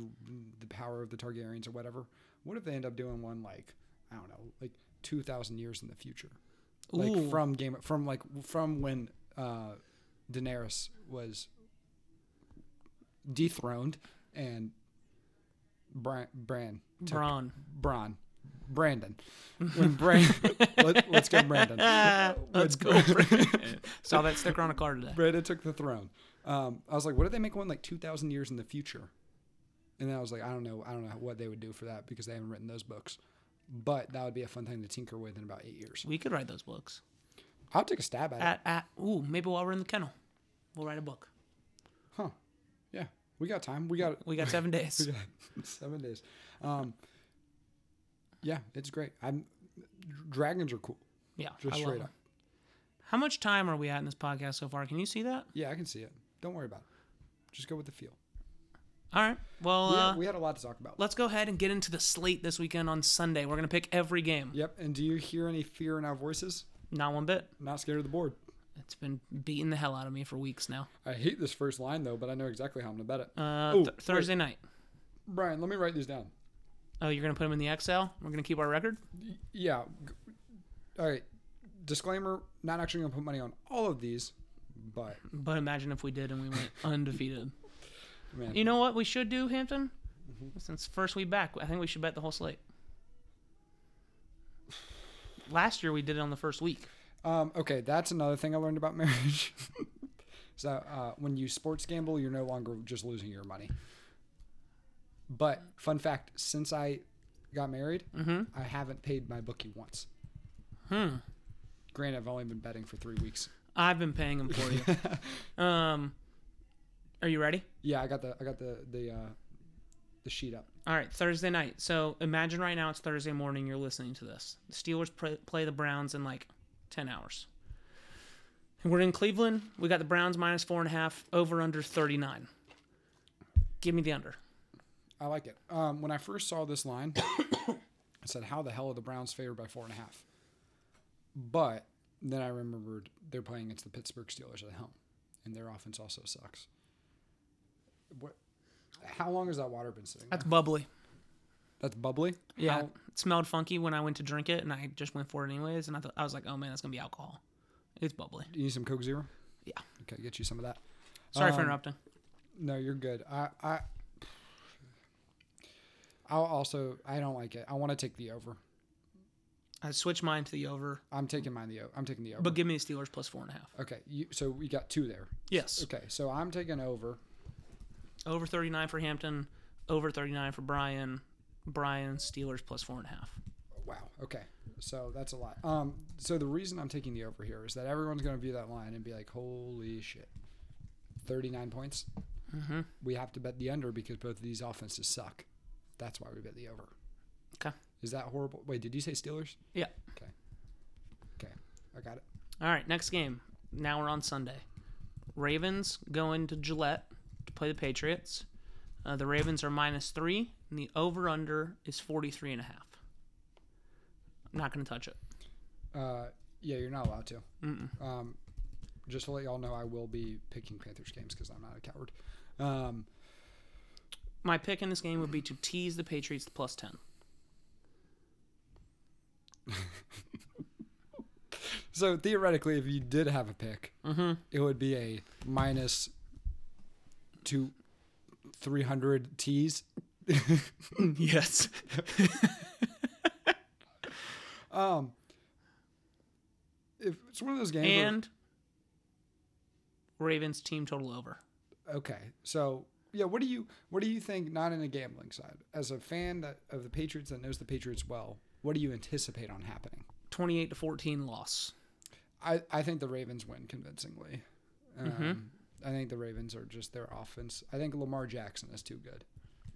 Speaker 2: the power of the Targaryens or whatever. What if they end up doing one like I don't know, like two thousand years in the future, like
Speaker 1: Ooh.
Speaker 2: from Game of, from like from when uh, Daenerys was dethroned and Bran, Bran took
Speaker 1: Braun.
Speaker 2: <laughs> Bron. Brandon.
Speaker 1: <laughs>
Speaker 2: When Brandon, let, us go Brandon.
Speaker 1: Let's
Speaker 2: When
Speaker 1: go. Brandon.
Speaker 2: <laughs>
Speaker 1: <laughs> Saw that sticker on a car today.
Speaker 2: Brandon took the throne. Um, I was like, what if they make one like 2,000 years in the future? And then I was like, I don't know. I don't know what they would do for that because they haven't written those books. But that would be a fun thing to tinker with in about eight years.
Speaker 1: We could write those books.
Speaker 2: I'll take a stab at it.
Speaker 1: At, at ooh, maybe while we're in the kennel, we'll write a book.
Speaker 2: Huh. Yeah. We got time.
Speaker 1: <laughs>
Speaker 2: We got
Speaker 1: We got seven days.
Speaker 2: we got <laughs> seven days. Um, yeah, it's great. I'm dragons are cool.
Speaker 1: Yeah,
Speaker 2: Just
Speaker 1: I love
Speaker 2: straight
Speaker 1: them.
Speaker 2: up.
Speaker 1: How much time are we at in this podcast so far? Can you see that?
Speaker 2: Yeah, I can see it. Don't worry about it. Just go with the feel.
Speaker 1: All right. Well,
Speaker 2: We
Speaker 1: uh,
Speaker 2: had, we had a lot to talk about.
Speaker 1: let's go ahead and get into the slate this weekend on Sunday. We're gonna pick every game.
Speaker 2: Yep. And do you hear any fear in our voices?
Speaker 1: Not one bit.
Speaker 2: Not scared of the board.
Speaker 1: It's been beating the hell out of me for weeks now.
Speaker 2: I hate this first line though, but I know exactly how I'm gonna bet it.
Speaker 1: Uh,
Speaker 2: Ooh,
Speaker 1: th- Thursday night.
Speaker 2: Brian, let me write these down.
Speaker 1: Oh, you're gonna put them in the Excel. We're gonna keep our record.
Speaker 2: Y- Yeah. g- All right. Disclaimer: Not actually gonna put money on all of these, but
Speaker 1: But imagine if we did and we went undefeated.
Speaker 2: man,
Speaker 1: You know what we should do, Hampton? Since first we back, I think we should bet the whole slate. Last year we did it on the first week.
Speaker 2: um, okay, that's another thing I learned about <laughs> marriage. so uh, when you sports gamble, you're no longer just losing your money. But fun fact: since I got married,
Speaker 1: Mm-hmm.
Speaker 2: I haven't paid my bookie once.
Speaker 1: Hmm.
Speaker 2: Granted, I've only been betting for three weeks.
Speaker 1: I've been paying them for you. um, are you ready?
Speaker 2: Yeah, I got the I got the the uh, the sheet up.
Speaker 1: All right, Thursday night. So imagine right now it's Thursday morning. You're listening to this. The Steelers pr- play the Browns in like ten hours. We're in Cleveland. We got the Browns minus four and a half. Over under thirty nine. Give me the under.
Speaker 2: I like it. Um, when I first saw this line, <coughs> I said, "How the hell are the Browns favored by four and a half?" But then I remembered they're playing against the Pittsburgh Steelers at home, and their offense also sucks. What? How long has that water been sitting? there?
Speaker 1: That's bubbly.
Speaker 2: That's bubbly.
Speaker 1: Yeah,
Speaker 2: How-
Speaker 1: it smelled funky when I went to drink it, and I just went for it anyways. And I thought I was like, oh man, that's gonna be alcohol. It's bubbly.
Speaker 2: you need some Coke Zero.
Speaker 1: Yeah.
Speaker 2: Okay, get you some of that.
Speaker 1: Sorry
Speaker 2: Um,
Speaker 1: for interrupting.
Speaker 2: No, you're good. I, I, I'll also. I don't like it. I want to take the over.
Speaker 1: I switched mine to the over,
Speaker 2: I'm taking mine. The o- I'm taking the over.
Speaker 1: but give me the Steelers plus four and a half.
Speaker 2: okay, you, so we got two there.
Speaker 1: Yes,
Speaker 2: Okay, so I'm taking over.
Speaker 1: over thirty nine for Hampton, over thirty nine for Brian. Brian Steelers plus four and a half.
Speaker 2: Wow. Okay, so that's a lot. Um, so the reason I'm taking the over here is that everyone's going to view that line and be like, "Holy shit, 39 points."
Speaker 1: Mm-hmm.
Speaker 2: We have to bet the under because both of these offenses suck. That's why we bet the over.
Speaker 1: Okay.
Speaker 2: Is that horrible? Wait, did you say Steelers?
Speaker 1: Yeah.
Speaker 2: Okay. Okay, I got it.
Speaker 1: All right, next game. Now we're on Sunday. Ravens going to Gillette to play the Patriots. Uh, the Ravens are minus three, and the over under is forty three and a half. I'm not gonna touch it.
Speaker 2: Uh, yeah, you're not allowed to.
Speaker 1: Mm-mm.
Speaker 2: Um, just to let y'all know, I will be picking Panthers games because I'm not a coward. Um, <laughs>
Speaker 1: My pick in this game would be to tease the Patriots to plus 10.
Speaker 2: So theoretically, if you did have a pick,
Speaker 1: Mm-hmm.
Speaker 2: it would be a minus two, three hundred T's.
Speaker 1: yes.
Speaker 2: Um, if it's one of those games. where-
Speaker 1: and Ravens team total over.
Speaker 2: okay, so yeah, what do you what do you think? Not in a gambling side, as a fan that, of the Patriots that knows the Patriots well, what do you anticipate on happening?
Speaker 1: 28 to 14 loss.
Speaker 2: I, I think the Ravens win convincingly. Um,
Speaker 1: Mm-hmm.
Speaker 2: I think the Ravens are just their offense. I think Lamar Jackson is too good,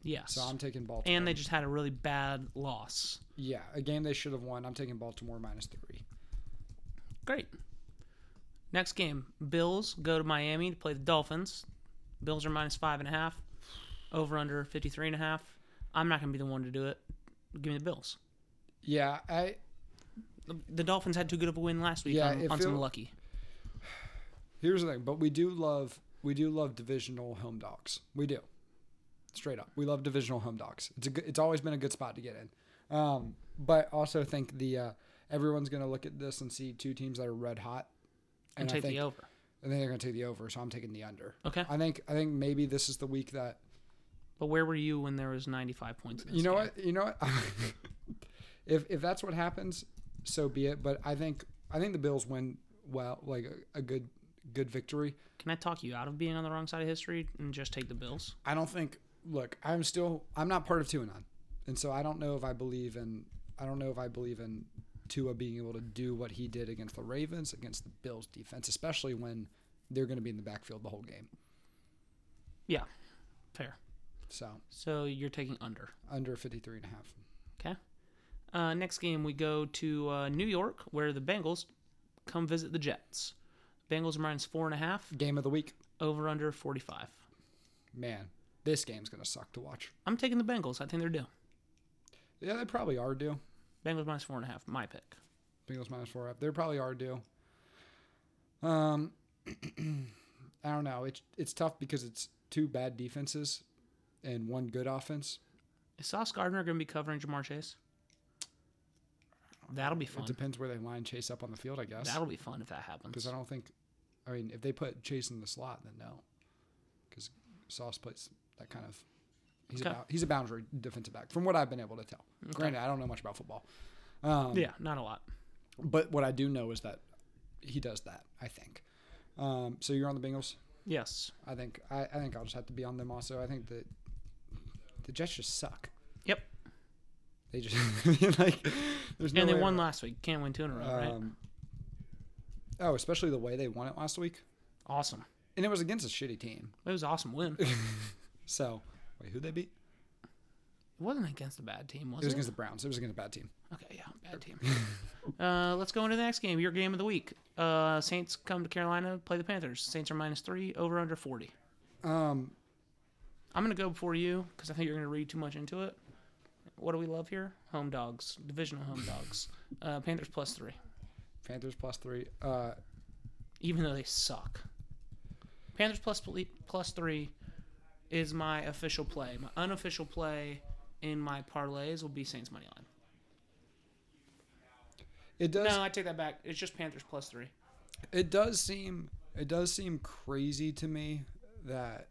Speaker 1: Yes.
Speaker 2: so I'm taking Baltimore.
Speaker 1: and they just had a really bad loss.
Speaker 2: yeah, a game they should have won. I'm taking Baltimore minus three.
Speaker 1: Great. Next game, Bills go to Miami to play the Dolphins. Bills are minus five and a half, over under 53 and a half. I'm not going to be the one to do it. Give me the Bills.
Speaker 2: Yeah, I
Speaker 1: The, the Dolphins had too good of a win last week
Speaker 2: Yeah,
Speaker 1: on,
Speaker 2: it
Speaker 1: on some
Speaker 2: feel-
Speaker 1: lucky.
Speaker 2: here's the thing, but we do love we do love divisional home dogs. We do, straight up, we love divisional home dogs. It's a good, it's always been a good spot to get in. Um, but also think the uh, everyone's gonna look at this and see two teams that are red hot,
Speaker 1: And
Speaker 2: I
Speaker 1: take
Speaker 2: think
Speaker 1: the over.
Speaker 2: I think they're gonna take the over. So I'm taking the under.
Speaker 1: Okay.
Speaker 2: I think I think maybe this is the week that
Speaker 1: But where were you when there was 95 points? In this
Speaker 2: you know
Speaker 1: game?
Speaker 2: what you know what <laughs> if if that's what happens, so be it. But I think I think the Bills win well, like a, a good good victory.
Speaker 1: Can I talk you out of being on the wrong side of history and just take the Bills?
Speaker 2: I don't think. Look, I'm still. I'm not part of Tuanon, and so I don't know if I believe in. I don't know if I believe in Tua being able to do what he did against the Ravens, against the Bills defense, especially when they're going to be in the backfield the whole game.
Speaker 1: Yeah. Fair.
Speaker 2: So
Speaker 1: So you're taking under.
Speaker 2: under 53 and a half.
Speaker 1: Okay. Uh, next game, we go to uh, New York, where the Bengals come visit the Jets. Bengals are minus four and a half,
Speaker 2: Game of the week,
Speaker 1: over under 45.
Speaker 2: man. This game's going to suck to watch.
Speaker 1: I'm taking the Bengals. I think they're due.
Speaker 2: Yeah, they probably are due.
Speaker 1: Bengals minus four and a half, my pick.
Speaker 2: Bengals minus four up. They probably are due. Um, <clears throat> I don't know. It's it's tough because it's two bad defenses and one good offense.
Speaker 1: Is Sauce Gardner going to be covering Jamar Chase? That'll be fun.
Speaker 2: It depends where they line Chase up on the field, I guess.
Speaker 1: That'll be fun if that happens.
Speaker 2: Because I don't think, I mean, if they put Chase in the slot, then no. Because Sauce plays that kind of. He's, a,
Speaker 1: Okay.
Speaker 2: bou- he's a boundary defensive back, from what I've been able to tell. Granted, I don't know much about football. Um,
Speaker 1: Yeah, not a lot.
Speaker 2: But what I do know is that he does that, I think. Um, so you're on the Bengals?
Speaker 1: Yes.
Speaker 2: I think I, I think I'll just have to be on them also. I think that the Jets just suck.
Speaker 1: Yep.
Speaker 2: They just <laughs> like there's no
Speaker 1: and they
Speaker 2: way
Speaker 1: won
Speaker 2: around-
Speaker 1: last week. Can't win two in a row, right?
Speaker 2: Um, Oh, especially the way they won it last week,
Speaker 1: Awesome.
Speaker 2: and it was against a shitty team.
Speaker 1: It was an awesome
Speaker 2: <laughs>
Speaker 1: win. it
Speaker 2: So wait, who they beat?
Speaker 1: wasn't against a bad team, was
Speaker 2: It
Speaker 1: it?
Speaker 2: was against the Browns. It was against a bad team.
Speaker 1: Okay, yeah, bad
Speaker 2: <laughs>
Speaker 1: team. uh, let's go into the next game. Your game of the week. Uh, Saints come to Carolina play the Panthers. Saints are minus three, over under forty.
Speaker 2: Um,
Speaker 1: I'm gonna go before you because I think you're gonna read too much into it. What do we love here? Home dogs, divisional home dogs. Uh, Panthers plus three,
Speaker 2: Panthers plus three. Uh,
Speaker 1: even though they suck. Panthers plus ple- plus three is my official play. My unofficial play in my parlays will be Saints money line.
Speaker 2: it does.
Speaker 1: No, I take that back. It's just Panthers plus three.
Speaker 2: It does seem. It does seem crazy to me that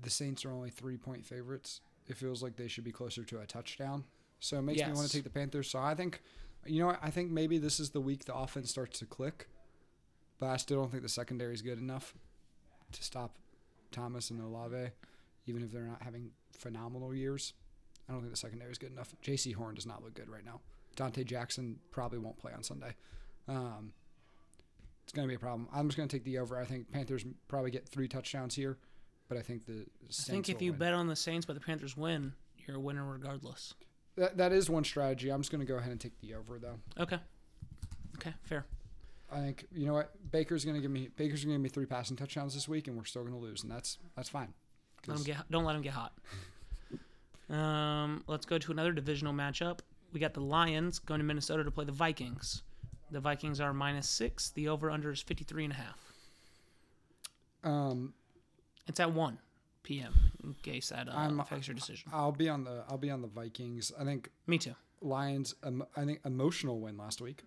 Speaker 2: the Saints are only three point favorites. It feels like they should be closer to a touchdown. So it makes me want
Speaker 1: Yes.
Speaker 2: to take the Panthers. So I think, you know, what? I think maybe this is the week the offense starts to click, but I still don't think the secondary is good enough to stop Thomas and Olave, even if they're not having phenomenal years. I don't think the secondary is good enough. J.C. Horn does not look good right now. Dante Jackson probably won't play on Sunday. Um, it's going to be a problem. I'm just going to take the over. I think Panthers probably get three touchdowns here, but I think the Saints
Speaker 1: I think if
Speaker 2: will
Speaker 1: you
Speaker 2: win.
Speaker 1: bet on the Saints but the Panthers win, you're a winner regardless.
Speaker 2: That, that is one strategy. I'm just going to go ahead and take the over though.
Speaker 1: Okay. Okay, fair.
Speaker 2: I think you know what Baker's going to give me. Baker's going to give me three passing touchdowns this week, and we're still going to lose, and that's that's fine.
Speaker 1: Let 'em
Speaker 2: Because-
Speaker 1: get, don't let them get hot. Um, let's go to another divisional matchup. We got the Lions going to Minnesota to play the Vikings. The Vikings are minus six. The over under is 53 and a half.
Speaker 2: Um,
Speaker 1: It's at 1 p.m. in case that uh,
Speaker 2: I'm-
Speaker 1: affects your decision.
Speaker 2: I'll be on the I'll be on the Vikings. I think
Speaker 1: Me too.
Speaker 2: Lions, um, I think emotional win last week.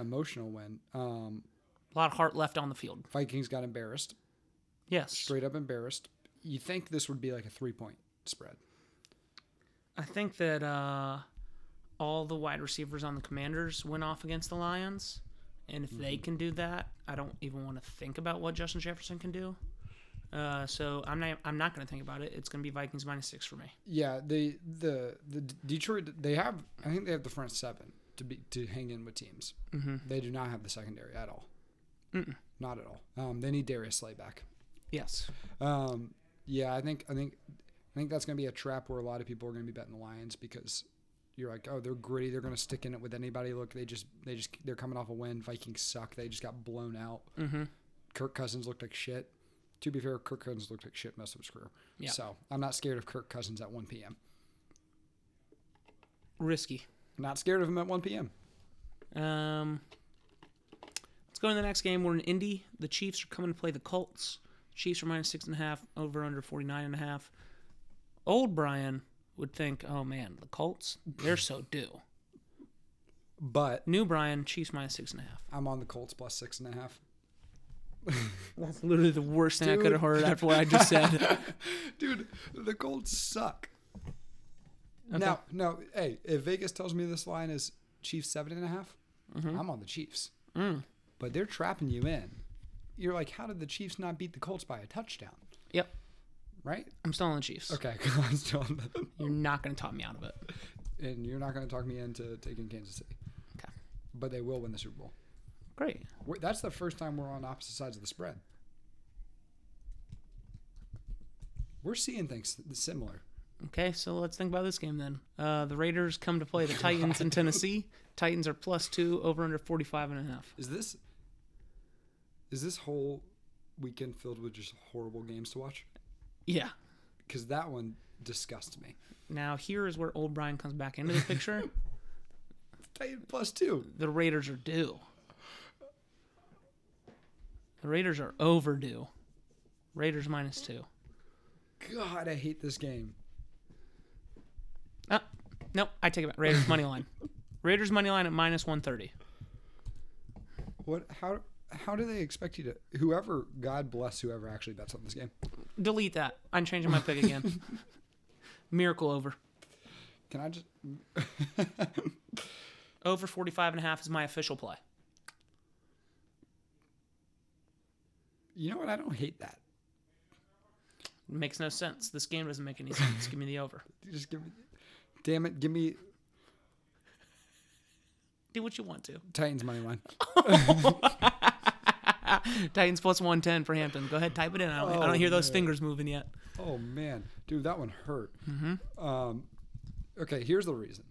Speaker 2: Emotional win. Um,
Speaker 1: A lot of heart left on the field.
Speaker 2: Vikings got embarrassed,
Speaker 1: Yes.
Speaker 2: straight up embarrassed. You think this would be like a three point spread?
Speaker 1: I think that uh, all the wide receivers on the Commanders went off against the Lions, and if
Speaker 2: Mm-hmm.
Speaker 1: they can do that, I don't even want to think about what Justin Jefferson can do. Uh, so I'm not. I'm not going to think about it. It's going to be Vikings minus six for me.
Speaker 2: Yeah, the the the D- Detroit they have. I think they have the front seven to be to hang in with teams. Mm-hmm. They do not have the secondary at all. Not at all. Um, they need Darius Slay back.
Speaker 1: Yes.
Speaker 2: Um, yeah, I think I think I think that's gonna be a trap where a lot of people are gonna be betting the Lions because you're like, oh, they're gritty, they're gonna stick in it with anybody. Look, they just they just they're coming off a win. Vikings suck. They just got blown out.
Speaker 1: Mm-hmm.
Speaker 2: Kirk Cousins looked like shit. To be fair, Kirk Cousins looked like shit most of his career.
Speaker 1: Yeah.
Speaker 2: So I'm not scared of Kirk Cousins at 1 p.m.
Speaker 1: Risky.
Speaker 2: Not scared of him at 1 p.m.
Speaker 1: Um, let's go to the next game. We're in Indy. The Chiefs are coming to play the Colts. Chiefs are minus six and a half, over under 49 and a half. Old Brian would think, oh man, the Colts, they're so due.
Speaker 2: But
Speaker 1: New Brian, Chiefs minus six and a half.
Speaker 2: I'm on the Colts plus six and a half.
Speaker 1: That's literally the worst thing I could
Speaker 2: Dude.
Speaker 1: have heard after what I just
Speaker 2: <laughs>
Speaker 1: said.
Speaker 2: Dude, the Colts suck. Now, no, hey, if Vegas tells me this line is Chiefs seven and a half, I'm on the Chiefs. But they're trapping you in. You're like, how did the Chiefs not beat the Colts by a touchdown?
Speaker 1: yep,
Speaker 2: Right?
Speaker 1: I'm still on the Chiefs.
Speaker 2: Okay, <laughs> I'm still on them.
Speaker 1: You're not going to talk me out of it.
Speaker 2: And you're not going to talk me into taking Kansas City,
Speaker 1: Okay,
Speaker 2: but they will win the Super Bowl.
Speaker 1: great.
Speaker 2: We're- That's the first time we're on opposite sides of the spread. We're seeing things similar.
Speaker 1: Okay, so let's think about this game then. Uh, the Raiders come to play the Titans
Speaker 2: <laughs>
Speaker 1: in Tennessee. Titans are plus two, over under 45 and a half.
Speaker 2: Is this is this whole weekend filled with just horrible games to watch?
Speaker 1: Yeah,
Speaker 2: Because that one disgusts me.
Speaker 1: Now here is where old Brian comes back into the picture.
Speaker 2: Titan plus two.
Speaker 1: the Raiders are due. The Raiders are overdue. Raiders minus two.
Speaker 2: God, I hate this game.
Speaker 1: Ah, nope, I take it back. Raiders money line. Raiders money line at minus one thirty.
Speaker 2: What? How? How do they expect you to? Whoever, God bless whoever actually bets on this game.
Speaker 1: Delete that. I'm changing my pick again. Miracle over.
Speaker 2: Can I just?
Speaker 1: Over 45 and a half is my official play.
Speaker 2: You know what? I don't hate that.
Speaker 1: makes no sense. This game doesn't make any sense. Give me the over.
Speaker 2: You Just give me. Damn it! Give me
Speaker 1: Do what you want to.
Speaker 2: Titans
Speaker 1: <laughs>
Speaker 2: money line.
Speaker 1: Titans plus 110 for Hampton. Go ahead, type it in. I don't, I
Speaker 2: Oh,
Speaker 1: don't hear those
Speaker 2: man.
Speaker 1: fingers moving yet.
Speaker 2: Oh man, dude, that one hurt.
Speaker 1: Mm-hmm.
Speaker 2: Um, okay, here's the reason.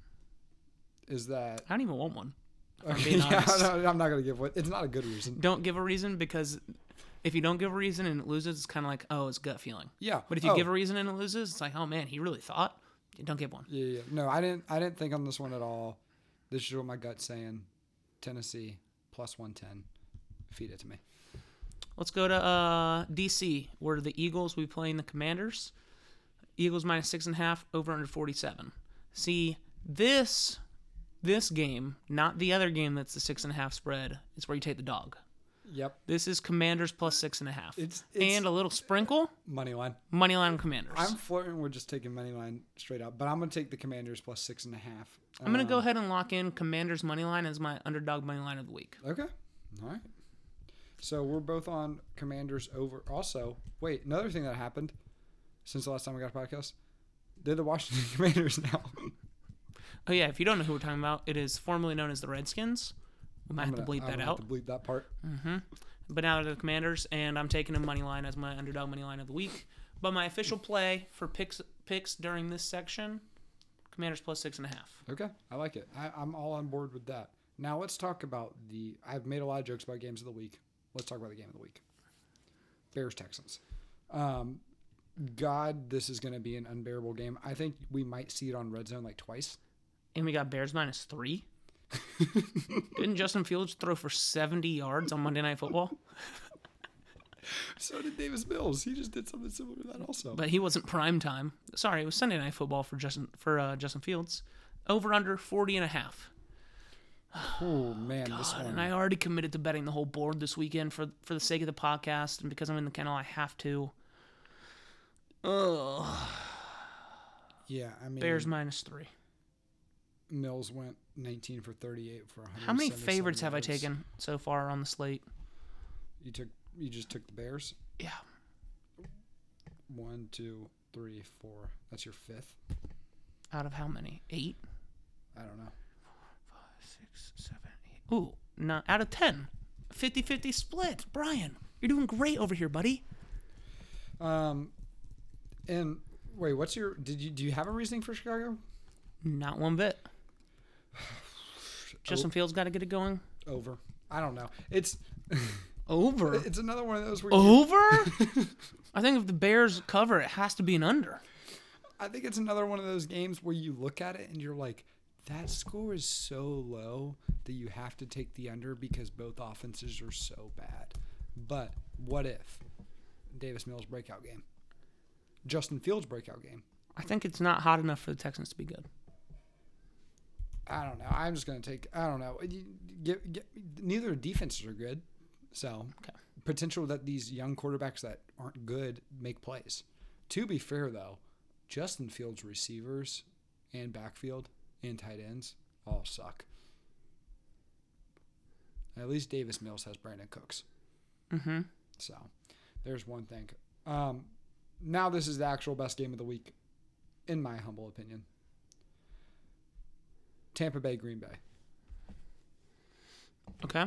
Speaker 2: Is that?
Speaker 1: I don't even want one.
Speaker 2: <laughs> Okay,
Speaker 1: being
Speaker 2: yeah,
Speaker 1: honest.
Speaker 2: no, I'm not gonna give what. It's not a good reason.
Speaker 1: don't give a reason because if you don't give a reason and it loses, it's kind of like, oh, it's gut feeling.
Speaker 2: Yeah.
Speaker 1: But if you
Speaker 2: Oh,
Speaker 1: give a reason and it loses, it's like, oh man, he really thought. You don't give one.
Speaker 2: yeah, yeah. No, I didn't. I didn't think on this one at all. This is what my gut's saying. Tennessee plus one ten. Feed it to me.
Speaker 1: Let's go to uh, DC, where the Eagles will be playing the Commanders. Eagles minus six and a half, over under 47. See, this this game, not the other game that's the six and a half spread, is where you take the dog.
Speaker 2: Yep.
Speaker 1: This is Commanders plus six and a half.
Speaker 2: It's- it's-
Speaker 1: and a little sprinkle,
Speaker 2: Money line.
Speaker 1: money line on Commanders.
Speaker 2: I'm flirting with just taking money line straight up, but I'm gonna take the Commanders plus six and a half.
Speaker 1: I'm gonna
Speaker 2: Um,
Speaker 1: go ahead and lock in Commanders money line as my underdog money line of the week.
Speaker 2: Okay. All right. So we're both on Commanders over. Also, wait, another thing that happened since the last time we got a podcast, they're the Washington <laughs> Commanders now.
Speaker 1: Oh yeah, if you don't know who we're talking about, it is formerly known as the Redskins. We might
Speaker 2: I'm
Speaker 1: have to
Speaker 2: gonna-
Speaker 1: bleep
Speaker 2: I'm
Speaker 1: that
Speaker 2: gonna
Speaker 1: out.
Speaker 2: Have to bleep that part.
Speaker 1: But now they're the Commanders, and I'm taking a money line as my underdog money line of the week. But my official play for picks picks during this section, Commanders plus six and a half.
Speaker 2: Okay, I like it. I, I'm all on board with that. Now let's talk about the. I've made a lot of jokes about games of the week. Let's talk about the game of the week. Bears Texans. Um, God, this is going to be an unbearable game. I think we might see it on red zone like twice.
Speaker 1: And we got Bears minus
Speaker 2: <laughs>
Speaker 1: three. Didn't Justin Fields throw for 70 yards on Monday Night Football?
Speaker 2: So did Davis Mills. He just did something similar to that also.
Speaker 1: But he wasn't prime time. Sorry, it was Sunday Night Football for Justin for uh, Justin Fields. Over under 40 and a half.
Speaker 2: Oh man, this
Speaker 1: God,
Speaker 2: one.
Speaker 1: and I already committed to betting the whole board this weekend for for the sake of the podcast and because I'm in the kennel I have to. Ugh.
Speaker 2: yeah, I mean,
Speaker 1: Bears minus 3.
Speaker 2: Mills went 19 for 38 for 100.
Speaker 1: How many favorites have I taken so far on the slate?
Speaker 2: You took. You just took the Bears.
Speaker 1: Yeah.
Speaker 2: One, two, three, four. That's your fifth.
Speaker 1: Out of how many? 8,
Speaker 2: I don't know.
Speaker 1: 6, 7, 8. Ooh, nine, out of 10. 50-50 split. Brian, you're doing great over here, buddy.
Speaker 2: Um, and wait, what's your? Did you do you have a reasoning for Chicago?
Speaker 1: Not one bit. Justin Fields got to get it going.
Speaker 2: Over. I don't know. It's <laughs>
Speaker 1: Over.
Speaker 2: it's another one of those where you,
Speaker 1: Over? I think if the Bears cover, it has to be an under.
Speaker 2: <laughs> I think it's another one of those games where you look at it and you're like, that score is so low that you have to take the under because both offenses are so bad. But what if Davis Mills breakout game, Justin Fields breakout game?
Speaker 1: I think it's not hot enough for the Texans to be good.
Speaker 2: I don't know. I'm just gonna take. I don't know. You- Get, get, neither defenses are good, so
Speaker 1: Okay.
Speaker 2: potential that these young quarterbacks that aren't good make plays. To be fair, though, Justin Fields' receivers and backfield and tight ends all suck. At least Davis Mills has Brandon Cooks,
Speaker 1: Mm-hmm.
Speaker 2: so there's one thing. Um, now this is the actual best game of the week, in my humble opinion. Tampa Bay Green Bay.
Speaker 1: Okay.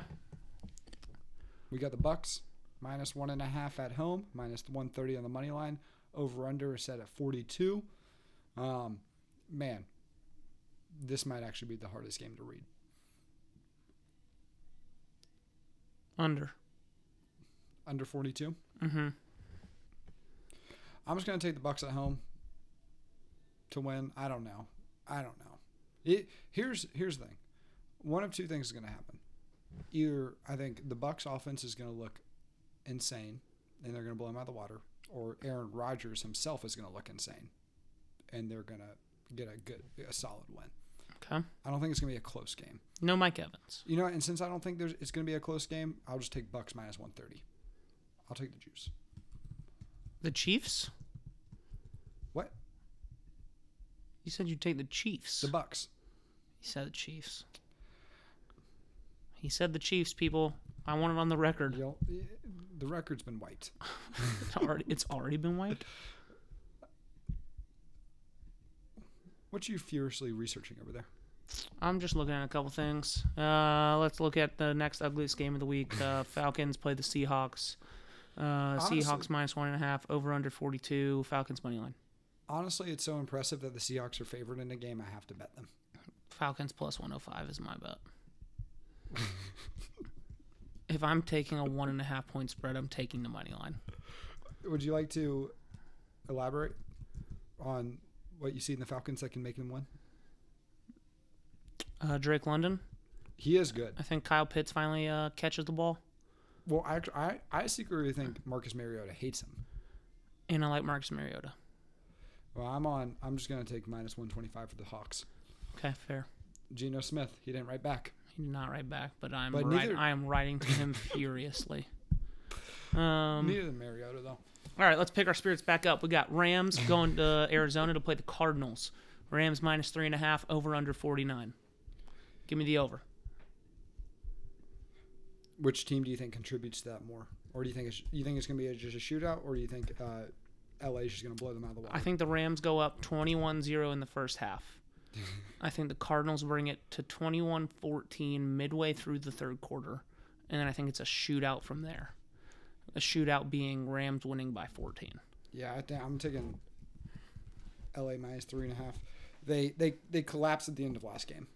Speaker 2: We got the Bucks minus one and a half at home, minus one thirty on the money line. Over under is set at forty two. Um, man, this might actually be the hardest game to read.
Speaker 1: Under.
Speaker 2: Under forty two.
Speaker 1: Mm-hmm.
Speaker 2: I'm just gonna take the Bucks at home to win. I don't know. I don't know. It here's here's the thing. One of two things is gonna happen. Either I think the Bucks offense is gonna look insane and they're gonna blow him out of the water, or Aaron Rodgers himself is gonna look insane and they're gonna get a good a solid win.
Speaker 1: Okay.
Speaker 2: I don't think it's gonna be a close game.
Speaker 1: No Mike Evans.
Speaker 2: You know, and since I don't think there's it's gonna be a close game, I'll just take Bucks minus one thirty. I'll take the juice.
Speaker 1: The Chiefs?
Speaker 2: What?
Speaker 1: You said you'd take the Chiefs.
Speaker 2: The Bucks.
Speaker 1: he said the Chiefs. He said the Chiefs, people. I want it on the record.
Speaker 2: You'll, the record's been wiped.
Speaker 1: <laughs> It's already, it's already been wiped.
Speaker 2: What you furiously researching over there?
Speaker 1: I'm just looking at a couple things. Uh, let's look at the next ugliest game of the week. Uh, Falcons play the Seahawks. Uh,
Speaker 2: Honestly-
Speaker 1: Seahawks minus one and a half, over under 42. Falcons money line.
Speaker 2: Honestly, it's so impressive that the Seahawks are favored in a game. I have to bet them.
Speaker 1: Falcons plus 105 is my bet. if I'm taking a one and a half point spread, I'm taking the money line.
Speaker 2: Would you like to elaborate on what you see in the Falcons that can make them win?
Speaker 1: Uh, Drake London.
Speaker 2: He is good.
Speaker 1: I think Kyle Pitts finally uh, catches the ball,
Speaker 2: Well, I, act- I, I secretly think Marcus Mariota hates him.
Speaker 1: and I like Marcus Mariota.
Speaker 2: Well, I'm on. I'm just gonna take minus 125 for the Hawks.
Speaker 1: Okay, fair.
Speaker 2: Geno Smith, he didn't write back.
Speaker 1: He did not write back, but I'm
Speaker 2: But
Speaker 1: right.
Speaker 2: neither-
Speaker 1: I am writing to
Speaker 2: <laughs>
Speaker 1: him furiously. Um,
Speaker 2: Neither did Mariota though.
Speaker 1: All right, let's pick our spirits back up. We got Rams going to Arizona to play the Cardinals. Rams minus three and a half, over under 49. Give me the over.
Speaker 2: Which team do you think contributes to that more, or do you think it's, you think it's gonna be a, just a shootout, or do you think uh, LA is just gonna blow them out of the water?
Speaker 1: I think the Rams go up 21 0 in the first half. I think the Cardinals bring it to 21 14 midway through the third quarter. And then I think it's a shootout from there. A shootout being Rams winning by 14.
Speaker 2: Yeah, I think I'm taking LA minus three and a half. They they they collapsed at the end of last game.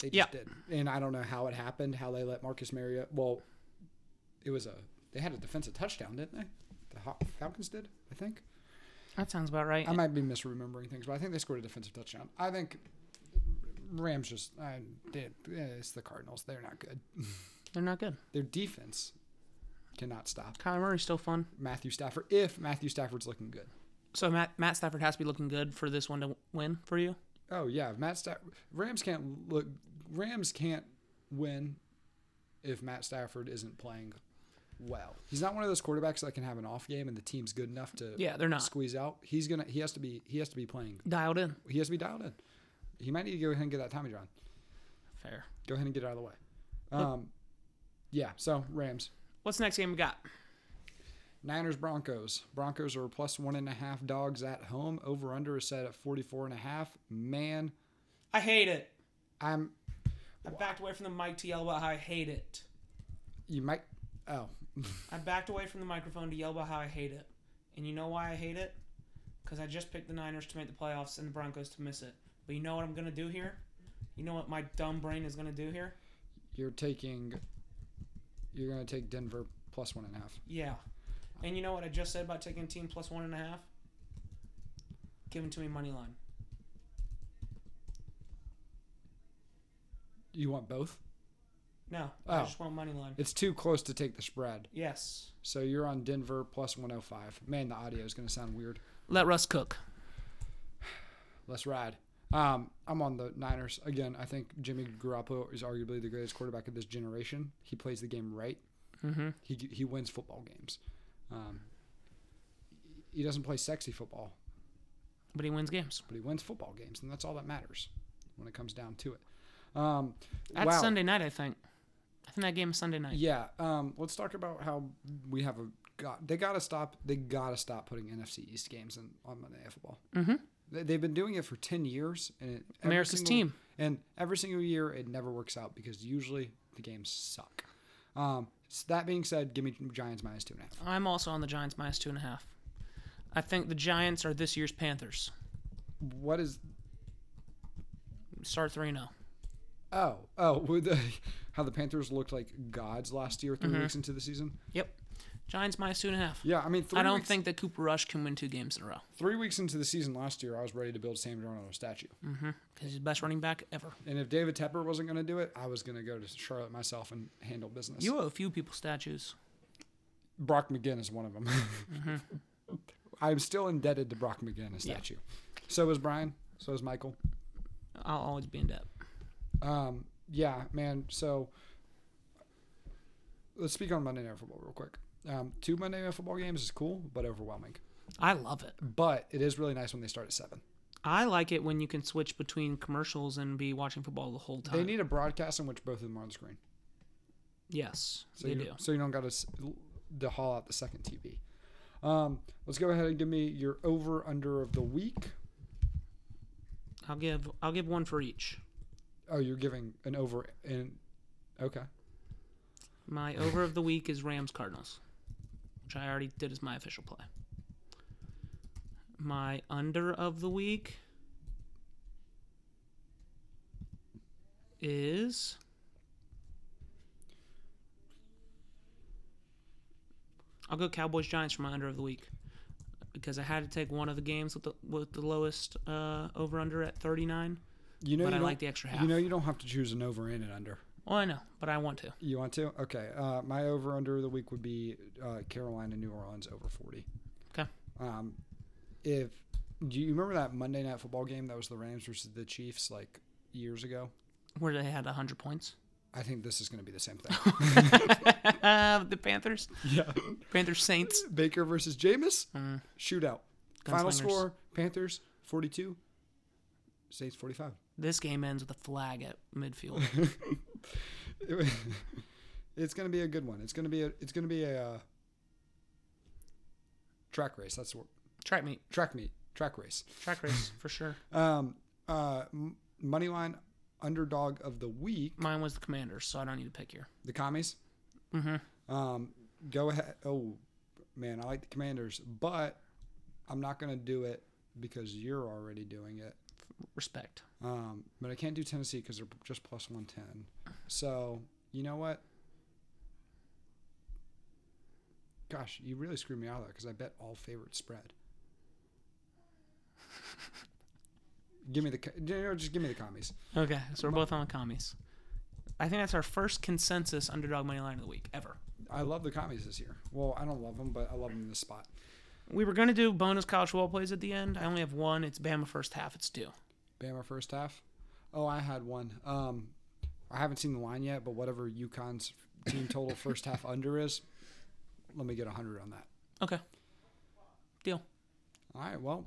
Speaker 2: They just
Speaker 1: Yeah.
Speaker 2: did, and I don't know how it happened. How they let Marcus Mariota? Well, it was a they had a defensive touchdown, didn't they? The Haw- Falcons did, I think.
Speaker 1: That sounds about right.
Speaker 2: I might be misremembering things, but I think they scored a defensive touchdown. I think Rams just I did. yeah, It's the Cardinals. They're not good.
Speaker 1: They're not good.
Speaker 2: Their defense cannot stop
Speaker 1: Kyler Murray's still fun.
Speaker 2: Matthew Stafford. If Matthew Stafford's looking good,
Speaker 1: So Matt, Matt Stafford has to be looking good for this one to win for you.
Speaker 2: Oh yeah, if Matt Stafford Rams can't look Rams can't win if Matt Stafford isn't playing well. He's not one of those quarterbacks that can have an off game and the team's good enough to
Speaker 1: Yeah, they're not
Speaker 2: squeeze out. He's gonna he has to be he has to be playing.
Speaker 1: dialed in.
Speaker 2: He has to be dialed in. He might need to go ahead and get that Tommy John.
Speaker 1: Fair.
Speaker 2: Go ahead and get it out of the way. Um, yeah, so Rams.
Speaker 1: What's the next game we got?
Speaker 2: Niners Broncos. Broncos are plus one and a half dogs at home. Over under is set at 44 and a half. Man,
Speaker 1: I hate it.
Speaker 2: I'm
Speaker 1: I backed away from the mic to yell about how I hate it.
Speaker 2: you might oh <laughs>
Speaker 1: I backed away from the microphone to yell about how I hate it. And you know why I hate it? Because I just picked the Niners to make the playoffs and the Broncos to miss it. But you know what I'm going to do here? You know what my dumb brain is going to do here?
Speaker 2: you're taking you're gonna take Denver plus one and a half.
Speaker 1: Yeah. And you know what I just said about taking a team plus one and a half? Give them to me money line.
Speaker 2: You want both?
Speaker 1: No,
Speaker 2: Oh.
Speaker 1: I just want money line.
Speaker 2: It's too close to take the spread.
Speaker 1: Yes.
Speaker 2: So you're on Denver plus 105. Man, the audio is going to sound weird.
Speaker 1: Let Russ cook.
Speaker 2: Let's ride. Um, I'm on the Niners again. I think Jimmy Garoppolo is arguably the greatest quarterback of this generation. He plays the game right.
Speaker 1: Mm-hmm.
Speaker 2: He he wins football games. Um, he doesn't play sexy football,
Speaker 1: But he wins games.
Speaker 2: but he wins football games, and that's all that matters when it comes down to it. Um,
Speaker 1: That's
Speaker 2: wow.
Speaker 1: Sunday night, I think. I think that game is Sunday night.
Speaker 2: Yeah. Um, let's talk about how we have a got. They gotta stop. They gotta stop putting NFC East games in, on Monday Night Football.
Speaker 1: Mm-hmm.
Speaker 2: They- They've been doing it for ten years, and it, every
Speaker 1: America's
Speaker 2: single-
Speaker 1: team.
Speaker 2: And every single year, it never works out because usually the games suck. Um, so that being said, give me Giants minus two and a half.
Speaker 1: I'm also on the Giants minus two and a half. I think the Giants are this year's Panthers.
Speaker 2: What is?
Speaker 1: Start 3 0.
Speaker 2: Oh, oh, <laughs> with the, how the Panthers looked like gods last year, 3
Speaker 1: Mm-hmm.
Speaker 2: weeks into the season.
Speaker 1: Yep. Giants minus two and a half.
Speaker 2: Yeah, I mean, three
Speaker 1: I don't
Speaker 2: weeks,
Speaker 1: think that Cooper Rush can win two games in a row
Speaker 2: three weeks into the season last year, I was ready to build Sam Darnold a statue.
Speaker 1: because he's the best running back ever.
Speaker 2: And if David Tepper wasn't going to do it, I was going to go to Charlotte myself and handle business.
Speaker 1: You owe a few people statues.
Speaker 2: Brock McGinn is one of them. <laughs> I'm still indebted to Brock McGinn, a statue. So is Brian. So is Michael.
Speaker 1: I'll always be in debt.
Speaker 2: Um, yeah, man. So let's speak on Monday Night Football real quick. Um, two Monday Night Football games is cool, but overwhelming.
Speaker 1: I love it.
Speaker 2: But it is really nice when they start at seven.
Speaker 1: I like it when you can switch between commercials and be watching football the whole time.
Speaker 2: They need a broadcast in which both of them are on the screen.
Speaker 1: yes,
Speaker 2: So
Speaker 1: they
Speaker 2: you,
Speaker 1: do.
Speaker 2: So you don't got to to haul out the second TV. Um, let's go ahead and give me your over under of the week.
Speaker 1: I'll give I'll give one for each.
Speaker 2: Oh, you're giving an over and okay.
Speaker 1: My over of the week is Rams Cardinals, which I already did as my official play. My under of the week is I'll go Cowboys Giants for my under of the week because I had to take one of the games with the with the lowest uh, over under at 39,
Speaker 2: You know
Speaker 1: but
Speaker 2: you
Speaker 1: I
Speaker 2: don't-
Speaker 1: like the extra half.
Speaker 2: You know you don't have to choose an over and an under.
Speaker 1: well, I know, but I want to.
Speaker 2: You want to? Okay. Uh, my over under of the week would be uh, Carolina New Orleans over forty.
Speaker 1: Okay.
Speaker 2: Um, if do you remember that Monday night football game that was the Rams versus the Chiefs like years ago?
Speaker 1: Where they had 100 points. <laughs>
Speaker 2: I think this is going to be the same thing.
Speaker 1: the Panthers.
Speaker 2: yeah.
Speaker 1: Panthers Saints.
Speaker 2: Baker versus Jameis
Speaker 1: Mm.
Speaker 2: shootout. Final
Speaker 1: Gunslingers.
Speaker 2: score: Panthers forty-two, Saints forty-five. <laughs>
Speaker 1: This game ends with a flag at <laughs> midfield.
Speaker 2: it's gonna be a good one. It's gonna be a. It's gonna be a uh, track race. That's the word.
Speaker 1: Track meet,
Speaker 2: Track meet. Track race.
Speaker 1: track race for sure.
Speaker 2: Um. Uh. m- Money line underdog of the week.
Speaker 1: Mine was the Commanders, so I don't need to pick here.
Speaker 2: The commies.
Speaker 1: Mm-hmm.
Speaker 2: Um. Go ahead. Oh, man, I like the Commanders, but I'm not gonna do it because you're already doing it.
Speaker 1: Respect.
Speaker 2: Um, but I can't do Tennessee because they're just plus 110. So, you know what? Gosh, you really screwed me out of that because I bet all favorite spread. give me the, co- you know, just give me the commies.
Speaker 1: Okay, so we're both on the commies. I think that's our first consensus underdog money line of the week ever.
Speaker 2: I love the commies this year. Well, I don't love them, but I love them in this spot.
Speaker 1: We were gonna do bonus college football plays at the end. I only have one. It's Bama first half. It's due.
Speaker 2: Bama first half. Oh, I had one. Um, I haven't seen the line yet, but whatever UConn's team total first half <laughs> under is, let me get hundred on that.
Speaker 1: Okay. Deal.
Speaker 2: All right. Well,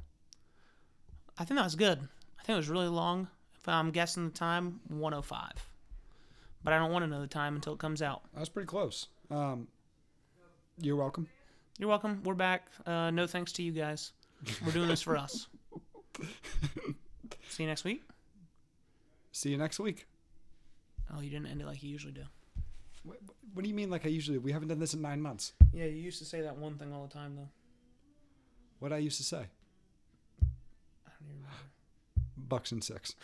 Speaker 1: I think that was good. I think it was really long. If I'm guessing the time, 105. But I don't want to know the time until it comes out.
Speaker 2: that was pretty close. Um, you're welcome.
Speaker 1: You're welcome. We're back. Uh, no thanks to you guys. We're doing this for <laughs> us. See you next week.
Speaker 2: See you next week.
Speaker 1: Oh, you didn't end it like you usually do.
Speaker 2: What, what do you mean? Like I usually we haven't done this in nine months.
Speaker 1: Yeah, you used to say that one thing all the time, though.
Speaker 2: What I used to say.
Speaker 1: I don't even remember.
Speaker 2: Bucks and six.